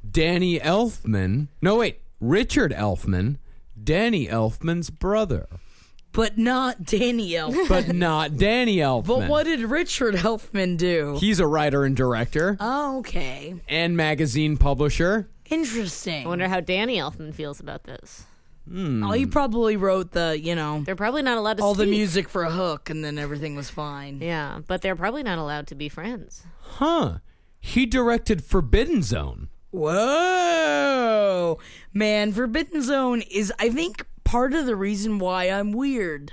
D: Danny Elfman? No, wait, Richard Elfman, Danny Elfman's brother,
C: but not Danielle.
D: but not Danny Elfman.
C: But what did Richard Helfman do?
D: He's a writer and director
C: oh, okay.
D: and magazine publisher.
C: Interesting.
E: I wonder how Danny Elfman feels about this.
C: Oh, he probably wrote the, you know,
E: They're probably not allowed to
C: all the
E: speak.
C: music for a hook, and then everything was fine.
E: Yeah, but they're probably not allowed to be friends.
D: Huh. He directed Forbidden Zone.
C: Whoa, man! Forbidden Zone is, I think, part of the reason why I'm weird.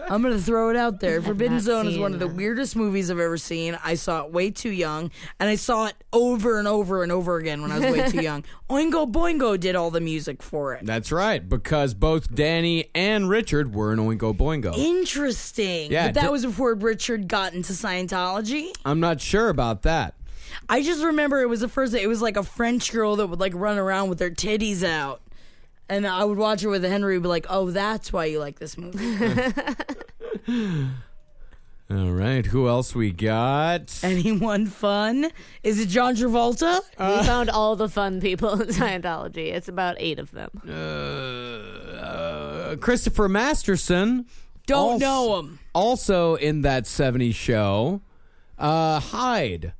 C: I'm gonna throw it out there. Forbidden
E: not
C: Zone is
E: seen
C: one of the
E: that.
C: weirdest movies I've ever seen. I saw it way too young, and I saw it over and over and over again when I was way too young. Oingo Boingo did all the music for it.
D: That's right, because both Danny and Richard were in Oingo Boingo.
C: Interesting.
D: Yeah,
C: but that
D: di-
C: was before Richard got into Scientology.
D: I'm not sure about that.
C: I just remember it was the first. It was like a French girl that would like run around with her titties out, and I would watch it with Henry. and Be like, oh, that's why you like this movie.
D: All right, who else we got?
C: Anyone fun? Is it John Travolta?
E: we found all the fun people in Scientology. It's about eight of them.
D: Uh, uh, Christopher Masterson.
C: Don't
D: als-
C: know him.
D: Also in that 70s show. Uh, Hyde.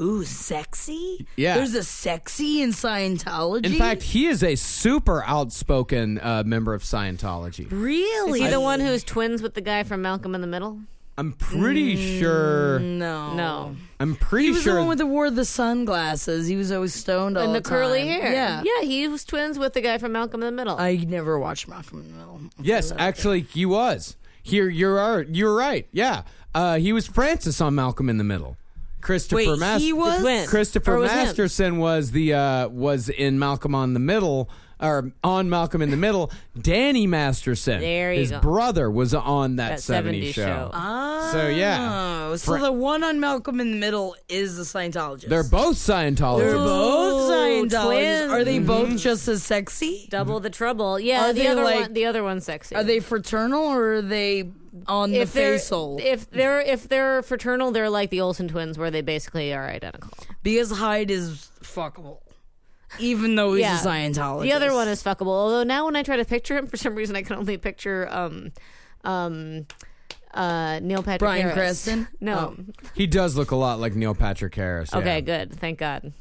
C: Ooh, sexy?
D: Yeah.
C: There's a sexy in Scientology?
D: In fact, he is a super outspoken uh, member of Scientology.
C: really?
E: Is he the one who's twins with the guy from Malcolm in the Middle?
D: I'm pretty sure.
C: No.
E: No.
D: I'm pretty
C: He was
D: sure.
C: the one with the wore the sunglasses. He was always stoned all
E: And the
C: time.
E: curly hair.
C: Yeah.
E: Yeah, he was twins with the guy from Malcolm in the Middle.
C: I never watched Malcolm in the Middle.
D: yes, actually, he was. Here, you're are- you're right. Yeah, uh, he was Francis on Malcolm in the Middle. Christopher
C: Wait,
D: Mas-
C: he was? The twin.
D: Christopher
E: Or was him?
D: Masterson was the uh, was in Malcolm on the Middle or on Malcolm in the Middle. Danny Masterson,
E: There you
D: his
E: go.
D: brother, was on that,
E: That
D: 70s
E: 70s
D: show.
E: show. Ah.
D: So yeah,
C: Oh, so
D: Fra-
C: the one on Malcolm in the Middle is the Scientologist.
D: they're both
C: They're
D: Scientologists.
C: both Scientologists.
E: twins.
C: Are they both just as sexy?
E: Double the trouble. Yeah,
C: Are
E: the
C: they
E: other
C: like-
E: one. The other one's sexy.
C: Are they fraternal or are they on
E: If
C: the
E: they're
C: facial?
E: if they're if they're fraternal, they're like the Olsen twins, where they basically are identical.
C: because Hyde is fuckable, even though he's
E: Yeah.
C: a Scientologist.
E: The other one is fuckable. Although now when I try to picture him, for some reason I can only picture um, um, uh, Neil Patrick
C: Bryan
E: Harris.
C: Cranston? Oh.
E: No.
D: He does look a lot like Neil Patrick Harris. yeah.
E: Okay. Good. Thank God.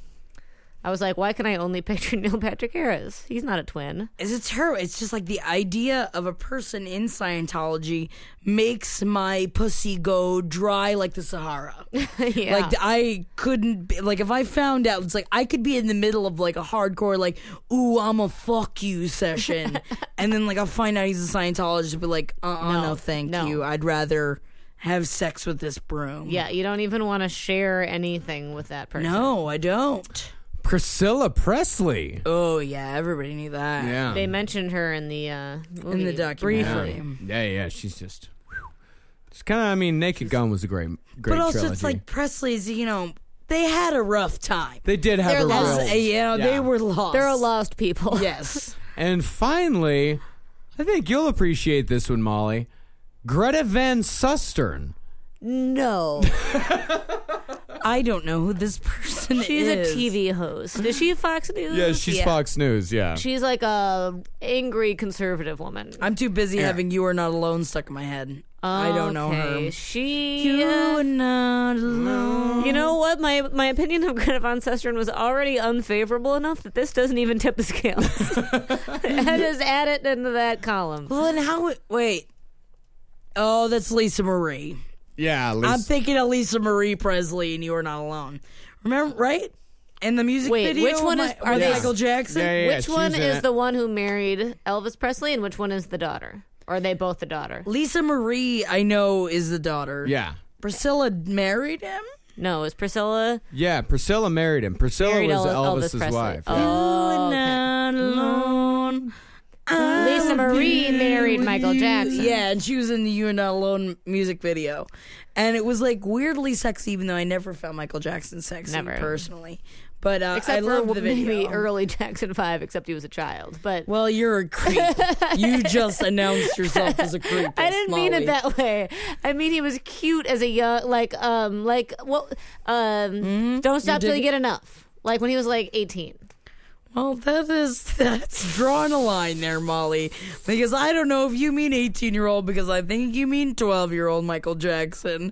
E: I was like, why can I only picture Neil Patrick Harris? He's not a twin.
C: is it terrible? It's just like the idea of a person in Scientology makes my pussy go dry like the Sahara.
E: yeah.
C: Like I couldn't be, like if I found out it's like I could be in the middle of like a hardcore like ooh I'm a fuck you session and then like I'll find out he's a Scientologist and be like uh uh no,
E: No,
C: thank
E: no.
C: you I'd rather have sex with this broom
E: yeah. You don't even want to share anything with that person.
C: no I don't
D: Priscilla Presley.
C: oh yeah everybody knew that
D: Yeah.
E: They mentioned her in the uh, movie
C: in the
E: briefly.
C: documentary
D: Yeah, yeah, she's just. It's kind of. I mean, Naked Gun was a great, great
C: but also it's
D: trilogy.
C: like Presley's you know they had a rough time
D: they did have
E: They're
D: a
E: lost.
D: real.
E: Lost.
C: As- you know
D: Oh, Yeah.
C: they were lost
E: They're a lost people.
C: yes
D: And finally, I think you'll appreciate this one, Molly. Greta Van Susteren.
E: No.
C: I don't know who this person
E: She's
C: is
E: a TV host. Is she Fox News?
D: Yeah, she's Fox News. Yeah.
E: She's like a angry conservative woman.
C: I'm too busy having "You Are Not Alone" stuck in my head. I don't know
E: Okay,
C: her.
E: She.
C: You are
E: You,
C: not alone.
E: know what? My my opinion of Greta von Susteren was already unfavorable enough that this doesn't even tip the scales. I just add it into that column.
C: Well, then how? Wait. Oh, that's Lisa Marie.
D: yeah.
C: I'm
D: Lisa-
C: thinking of Lisa Marie Presley and "You Are Not Alone." Remember, right? And the music
E: Wait,
C: video.
E: which one
C: with
E: is-
C: Mi-
E: are
C: with
E: they-
C: Michael Jackson?
D: Yeah, yeah, yeah,
E: which
D: she's
E: one
D: in
E: is
D: it.
E: the one who married Elvis Presley, and which one is the daughter? Or are they both the daughter?
C: Lisa Marie, I know, is the daughter.
D: Yeah.
C: Priscilla married him.
E: No, is Priscilla
D: Yeah. Priscilla married him. Priscilla
E: married
D: was
E: El- Elvis
D: Elvis's
E: Presley?
D: wife. yeah.
E: Oh, okay.
C: Not
E: Mm.
C: alone.
E: Lisa Marie married Michael Jackson.
C: Yeah, and she was in the "You Are Not Alone" music video, and it was like weirdly sexy. Even though I never found Michael Jackson sexy
E: Never.
C: personally, but uh,
E: Except
C: I love
E: for
C: the video.
E: maybe early Jackson Five, except he was a child. But
C: well, you're a creep. you just announced yourself as a creep.
E: I didn't mean it that way. I mean he was cute as a young, like um, like what? Um,
C: Mm-hmm.
E: don't stop till you get enough. Like when he was like eighteen.
C: Well, that is that's drawing a line there, Molly, because I don't know if you mean 18 year old because I think you mean 12 year old Michael Jackson.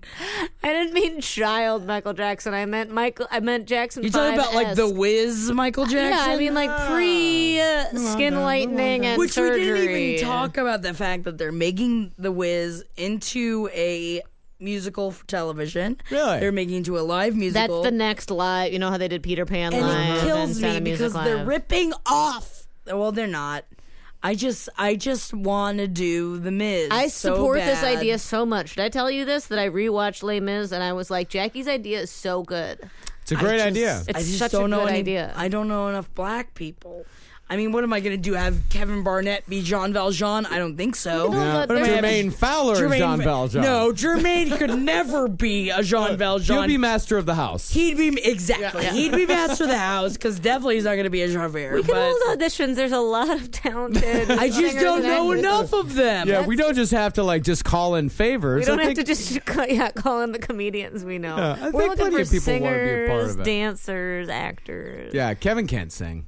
E: I didn't mean child Michael Jackson. I meant Michael. I meant Jackson.
C: You're talking about like the
E: 5-esque.
C: Wiz Michael Jackson. Ah.
E: Yeah, I mean like pre uh, skin lightening and
C: Which
E: surgery.
C: we didn't even talk about the fact that they're making The Wiz into a musical for television.
D: Really?
C: They're making it into a live
E: That's
C: musical.
E: the next live. You know how they did Peter Pan
C: and
E: live
C: it kills
E: and Sound
C: me
E: of
C: because
E: Music
C: they're
E: live.
C: ripping off. Well, they're not. I just, I just want to do The Miz.
E: I
C: so
E: support this
C: bad.
E: idea so much. Did I tell you this? That I rewatched Les Mis and I was like, Jackie's idea is so good.
D: It's a great
C: I just-
D: idea.
E: It's
C: I just
E: such a
C: don't know
E: good
C: any-
E: idea.
C: I don't know enough black people. I mean, what am I going to do? Have Kevin Barnett be John Valjean? I don't think so.
E: No, but
C: What am I gonna
D: Jermaine
C: have-
D: Fowler is
C: Jermaine
D: John
C: Fa-
D: Valjean.
C: No, Jermaine could never be a Jean Valjean.
D: You'll be master of the house.
C: He'd be exactly. He'd be master of the house because definitely he's not going to be a Javert.
E: We can
C: but
E: hold auditions. There's a lot of talented.
C: I just
E: singers
C: don't
E: and
C: know
E: actors.
C: enough of them.
D: yeah, we don't just have to like just call in favors.
E: We don't
D: I
E: have
D: think-
E: to just call, yeah call in the comedians we know.
D: Yeah, I
E: We're
D: think
E: looking
D: plenty
E: for
D: of people wanna be a
E: singers,
D: part of it.
E: dancers, actors.
D: Yeah, Kevin can't sing.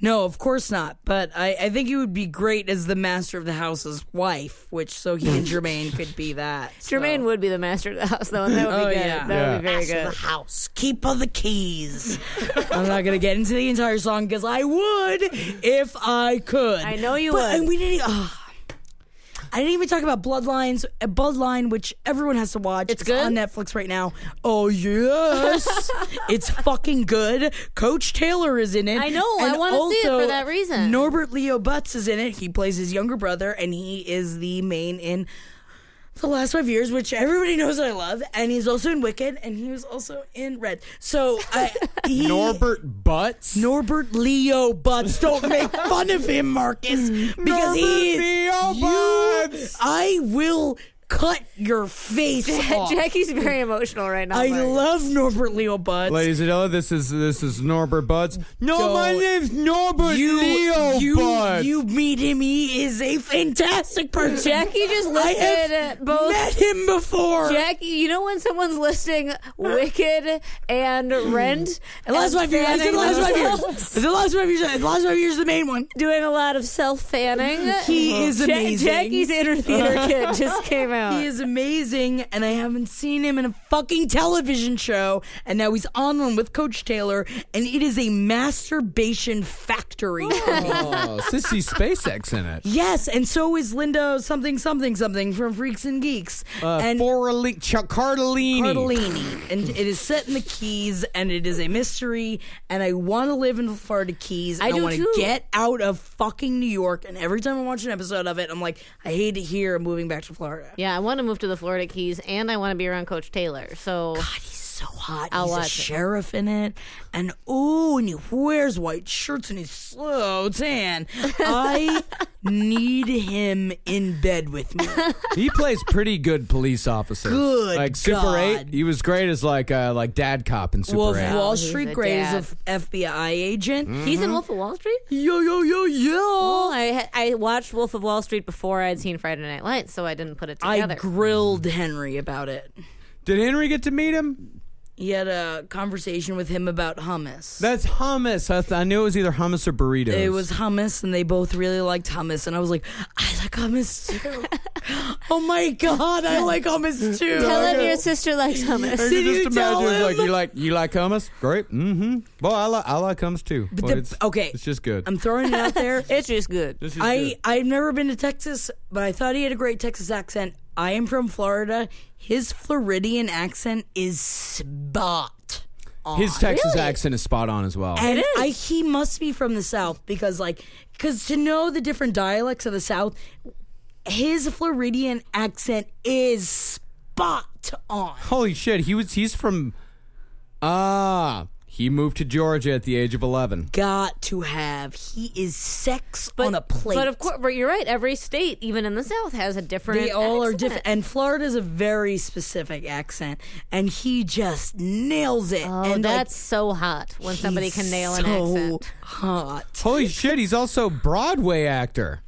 C: No, of course not. But I, I think he would be great as the master of the house's wife, which so he and Jermaine could be that. so.
E: Jermaine would be the master of the house, though, and that would
C: uh, Oh,
E: be good.
C: yeah.
E: That would be very
C: Master
E: good.
C: of the house, keep of the keys. I'm not gonna get into the entire song because I would if I could.
E: I know you
C: but,
E: would.
C: And we didn't. ah. I didn't even talk about Bloodlines. uh, Bloodline, which everyone has to watch.
E: It's good?
C: on Netflix right now. Oh yes, it's fucking good. Coach Taylor is in it.
E: I know, I
C: And
E: wanna see it for
C: also
E: that reason.
C: Norbert Leo Butz is in it. He plays his younger brother, and he is the main in the last five years, which everybody knows I love, and he's also in Wicked, and he was also in Red. So I, he,
D: Norbert Butts.
C: Norbert Leo Butts, don't make fun of him, Marcus, because he
D: Norbert Leo
C: you-
D: Butts!
C: I will cut your face off.
E: Jackie's very emotional right now.
C: I
E: Mark.
C: love Norbert Leo Butts.
D: Ladies and gentlemen, this is this is Norbert Butts. No,
C: So,
D: my name's Norbert
C: you,
D: Leo
C: you,
D: Butts.
C: you meet him. He is a fantastic person.
E: Jackie just
C: I
E: listed uh,
C: have
E: both.
C: met him before.
E: Jackie, you know when someone's listing Wicked and Rent?
C: The last five years. I said the last five years. The last five years. The last five years is the main one.
E: Doing a lot of self fanning.
C: He is amazing.
E: Jackie's inner theater kid just came out.
C: He is amazing, and I haven't seen him in a fucking television show. And now he's on one with Coach Taylor, and it is a masturbation factory. for me.
D: oh, Sissy SpaceX in it.
C: yes, and so is Linda something something something from Freaks and Geeks.
D: Uh,
C: and
D: Forali- Ch- Cardellini.
C: Cardellini. and it is set in the Keys, and it is a mystery. And I want to live in the Florida Keys.
E: I
C: and I
E: do
C: want to
E: too.
C: get out of fucking New York. And every time I watch an episode of it, I'm like, I hate it here. I'm moving back to Florida.
E: Yeah, I want to move to the Florida Keys and I want to be around Coach Taylor. So
C: God, he's so hot.
E: I'll
C: he's a
E: watch it.
C: sheriff in it, and ooh, and he wears white shirts and he's slow tan. I need him in bed with me.
D: He plays pretty good police officers.
C: Good
D: like Super
C: God.
D: Eight. He was great as like uh, like Dad Cop in Super
C: Wolf
D: Eight.
C: Wall
E: he's
C: Street
E: a
C: Gray is
E: dad.
C: a f- FBI agent.
E: he's in Wolf of Wall Street?
C: Yo yo yo yo.
E: Well, Mm-hmm. I I watched Wolf of Wall Street before I had seen Friday Night Lights, so I didn't put it
C: I
E: together.
C: grilled Henry about it.
D: Did Henry get to meet him?
C: He had a conversation with him about hummus.
D: That's hummus. I, th- I knew it was either hummus or burritos.
C: it was hummus, and they both really liked hummus, and I was like, I like hummus too. oh my god, I like hummus too.
E: Tell him your sister likes
D: I
E: hummus.
D: can
C: Did
D: just
C: you tell
D: imagine it's like
C: him?
D: you like you like hummus. Great. Mm-hmm. Well, I like I like hummus too. But
C: the-
D: it's,
C: okay.
D: it's just good.
C: I'm throwing it out there.
E: It's just good.
D: It's just
C: I
D: good.
C: I've never been to Texas, but I thought he had a great Texas accent. I am from Florida. His Floridian accent is spot.
D: His Texas accent is spot on as well.
C: And I, he must be from the South because, like, because to know the different dialects of the South, his Floridian accent is spot on.
D: Holy shit, he was he's from Ah, he moved to Georgia at the age of 11.
C: Got to have. He is sex
E: But-
C: on a plate.
E: But of course, but you're right. Every state, even in the South, has a different.
C: They all are
E: accent.
C: different, and Florida's a very specific accent, and he just nails it.
E: Oh,
C: and like,
E: that's so hot when somebody
C: he's
E: can nail an
C: so
E: accent.
C: Hot.
D: Holy shit, he's also a Broadway actor.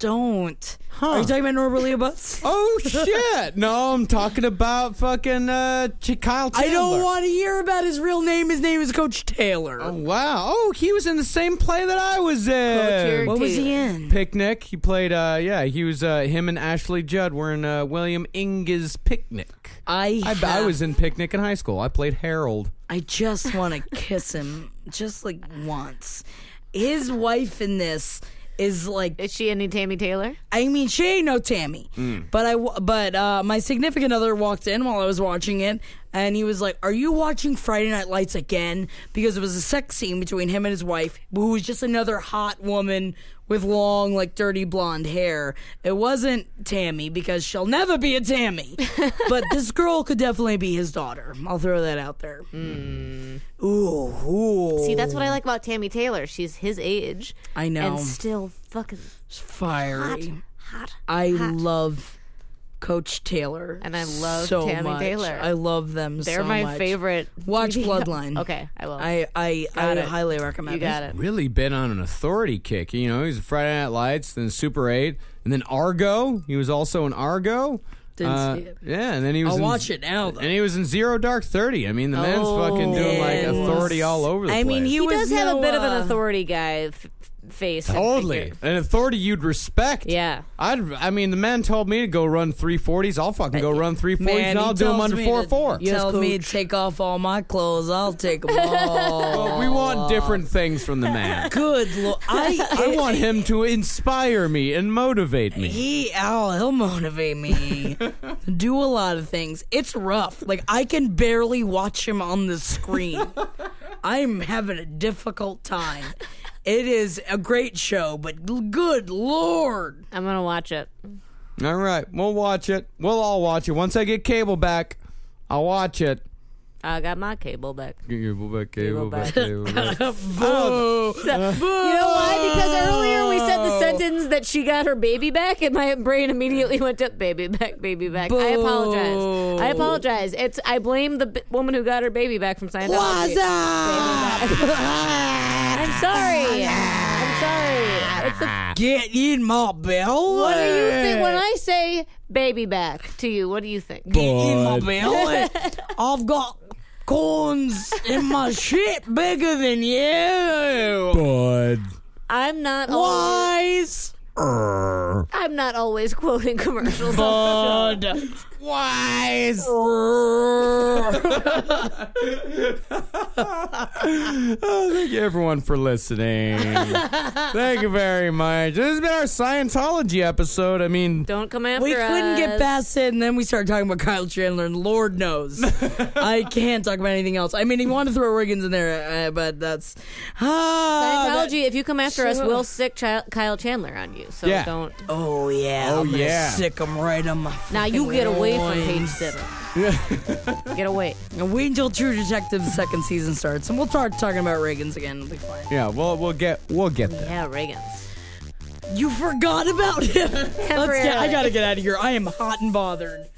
C: Don't. Are you talking about Norbert Leo Butz?
D: Oh shit. no, I'm talking about fucking uh Ch- Kyle Chandler.
C: I don't want to hear about his real name. His name is Coach Taylor.
D: Oh, wow. Oh, he was in the same play that I was in.
E: Coach, you're-
C: what was
E: dude.
C: he in?
D: Picnic. He played uh yeah, he was uh him and Ashley Judd were in uh, William Inge's Picnic.
C: I
D: I, I
C: have-
D: was in Picnic in high school. I played Harold.
C: I just want to kiss him, just like once. His wife in this is like
E: Is she any Tammy Taylor?
C: I mean, she ain't no Tammy. But I, w- but uh, my significant other walked in while I was watching it, and he was like, "Are you watching Friday Night Lights again?" Because it was a sex scene between him and his wife, who was just another hot woman with long, like dirty blonde hair. It wasn't Tammy because she'll never be a Tammy. but this girl could definitely be his daughter. I'll throw that out there. Ooh, ooh.
E: Hmm. See, that's what I like about Tammy Taylor. She's his age.
C: I know.
E: And still fucking
C: fiery.
E: hot.
C: I love Coach Taylor.
E: And I love
C: so
E: Tammy
C: much.
E: Taylor.
C: I love them
E: They're
C: so
E: my
C: much.
E: favorite.
C: Watch
E: TV
C: Bloodline.
E: Okay, I will.
C: I I,
E: Got
C: I
E: it.
C: highly recommend
E: you got it.
D: Really been on an authority kick. You know, he's Friday Night Lights, then Super 8, and then Argo. He was also in Argo.
C: Didn't
D: Uh,
C: see it.
D: Yeah, and then he was.
C: I'll
D: in-
C: watch it now, though.
D: And he was in Zero Dark Thirty. I mean, the man's
E: Oh.
D: fucking doing like
C: Yes.
D: authority all over the
C: I
D: place.
C: mean, he
E: He
C: was
E: does have
C: no,
E: a bit of
C: uh,
E: an authority guy f- f- face. and
D: Totally.
E: figure.
D: An authority you'd respect.
E: Yeah.
D: I'd, I mean, the man told me to go run 340s. I'll fucking go run 340s
C: Uh, Man,
D: and I'll
C: he
D: do them
C: tells
D: under
C: me
D: 4
C: to-
D: 4.
C: He tells me to take off all my clothes. I'll take them all.
D: we want different things from the man.
C: Good lord, I,
D: I want him to inspire me and motivate me.
C: He, oh, he'll motivate me. Do a lot of things. It's rough. Like I can barely watch him on the screen. I'm having a difficult time. It is a great show, but l- good lord,
E: I'm gonna watch it.
D: All right. We'll watch it. We'll all watch it. Once I get cable back, I'll watch it.
E: I got my cable back.
D: Cable back, cable
E: back.
D: back, cable back. Oh.
E: You know why? Because earlier we said the sentence that she got her baby back, and my brain immediately went to baby back, baby back. I apologize. I apologize. It's I blame the b- woman who got her baby back from Scientology. Baby back. I'm sorry. I'm sorry. It's the,
C: get in my belly.
E: Ah. what do you think when I say baby back to you? What do you think?
C: Get in my belly. I've got corns in my shit bigger than you.
D: Bud.
E: I'm not. Always,
C: Wise.
E: I'm not always quoting commercials.
C: Bud.
D: Wise. Oh, thank you everyone for listening. thank you very much. This has been our Scientology episode. I mean,
E: Don't come after
C: We
E: us.
C: couldn't get past it, and then we started talking about Kyle Chandler, and Lord knows, I can't talk about anything else. I mean, he wanted to throw Riggins in there, uh, but that's ah, that-
E: Scientology, if you come after us, we'll sick Chi- Kyle Chandler on you. So
D: Yeah.
E: don't.
C: oh yeah,
D: Oh,
C: I'm gonna
D: yeah.
C: sick him right on my.
E: Now you
C: fucking
E: get away from page
C: loins.
E: seven. get away.
C: And wait until True Detective's second season starts, and we'll start talking about Riggins again. It'll be fine.
D: yeah, we'll we'll get we'll get there.
E: Yeah, Reagan's.
C: You forgot about him. Let's get, I
E: Temporarily.
C: gotta get out of here. I am hot and bothered.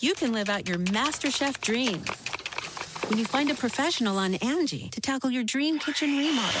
F: you can live out your MasterChef dreams when you find a professional on Angie to tackle your dream kitchen remodel.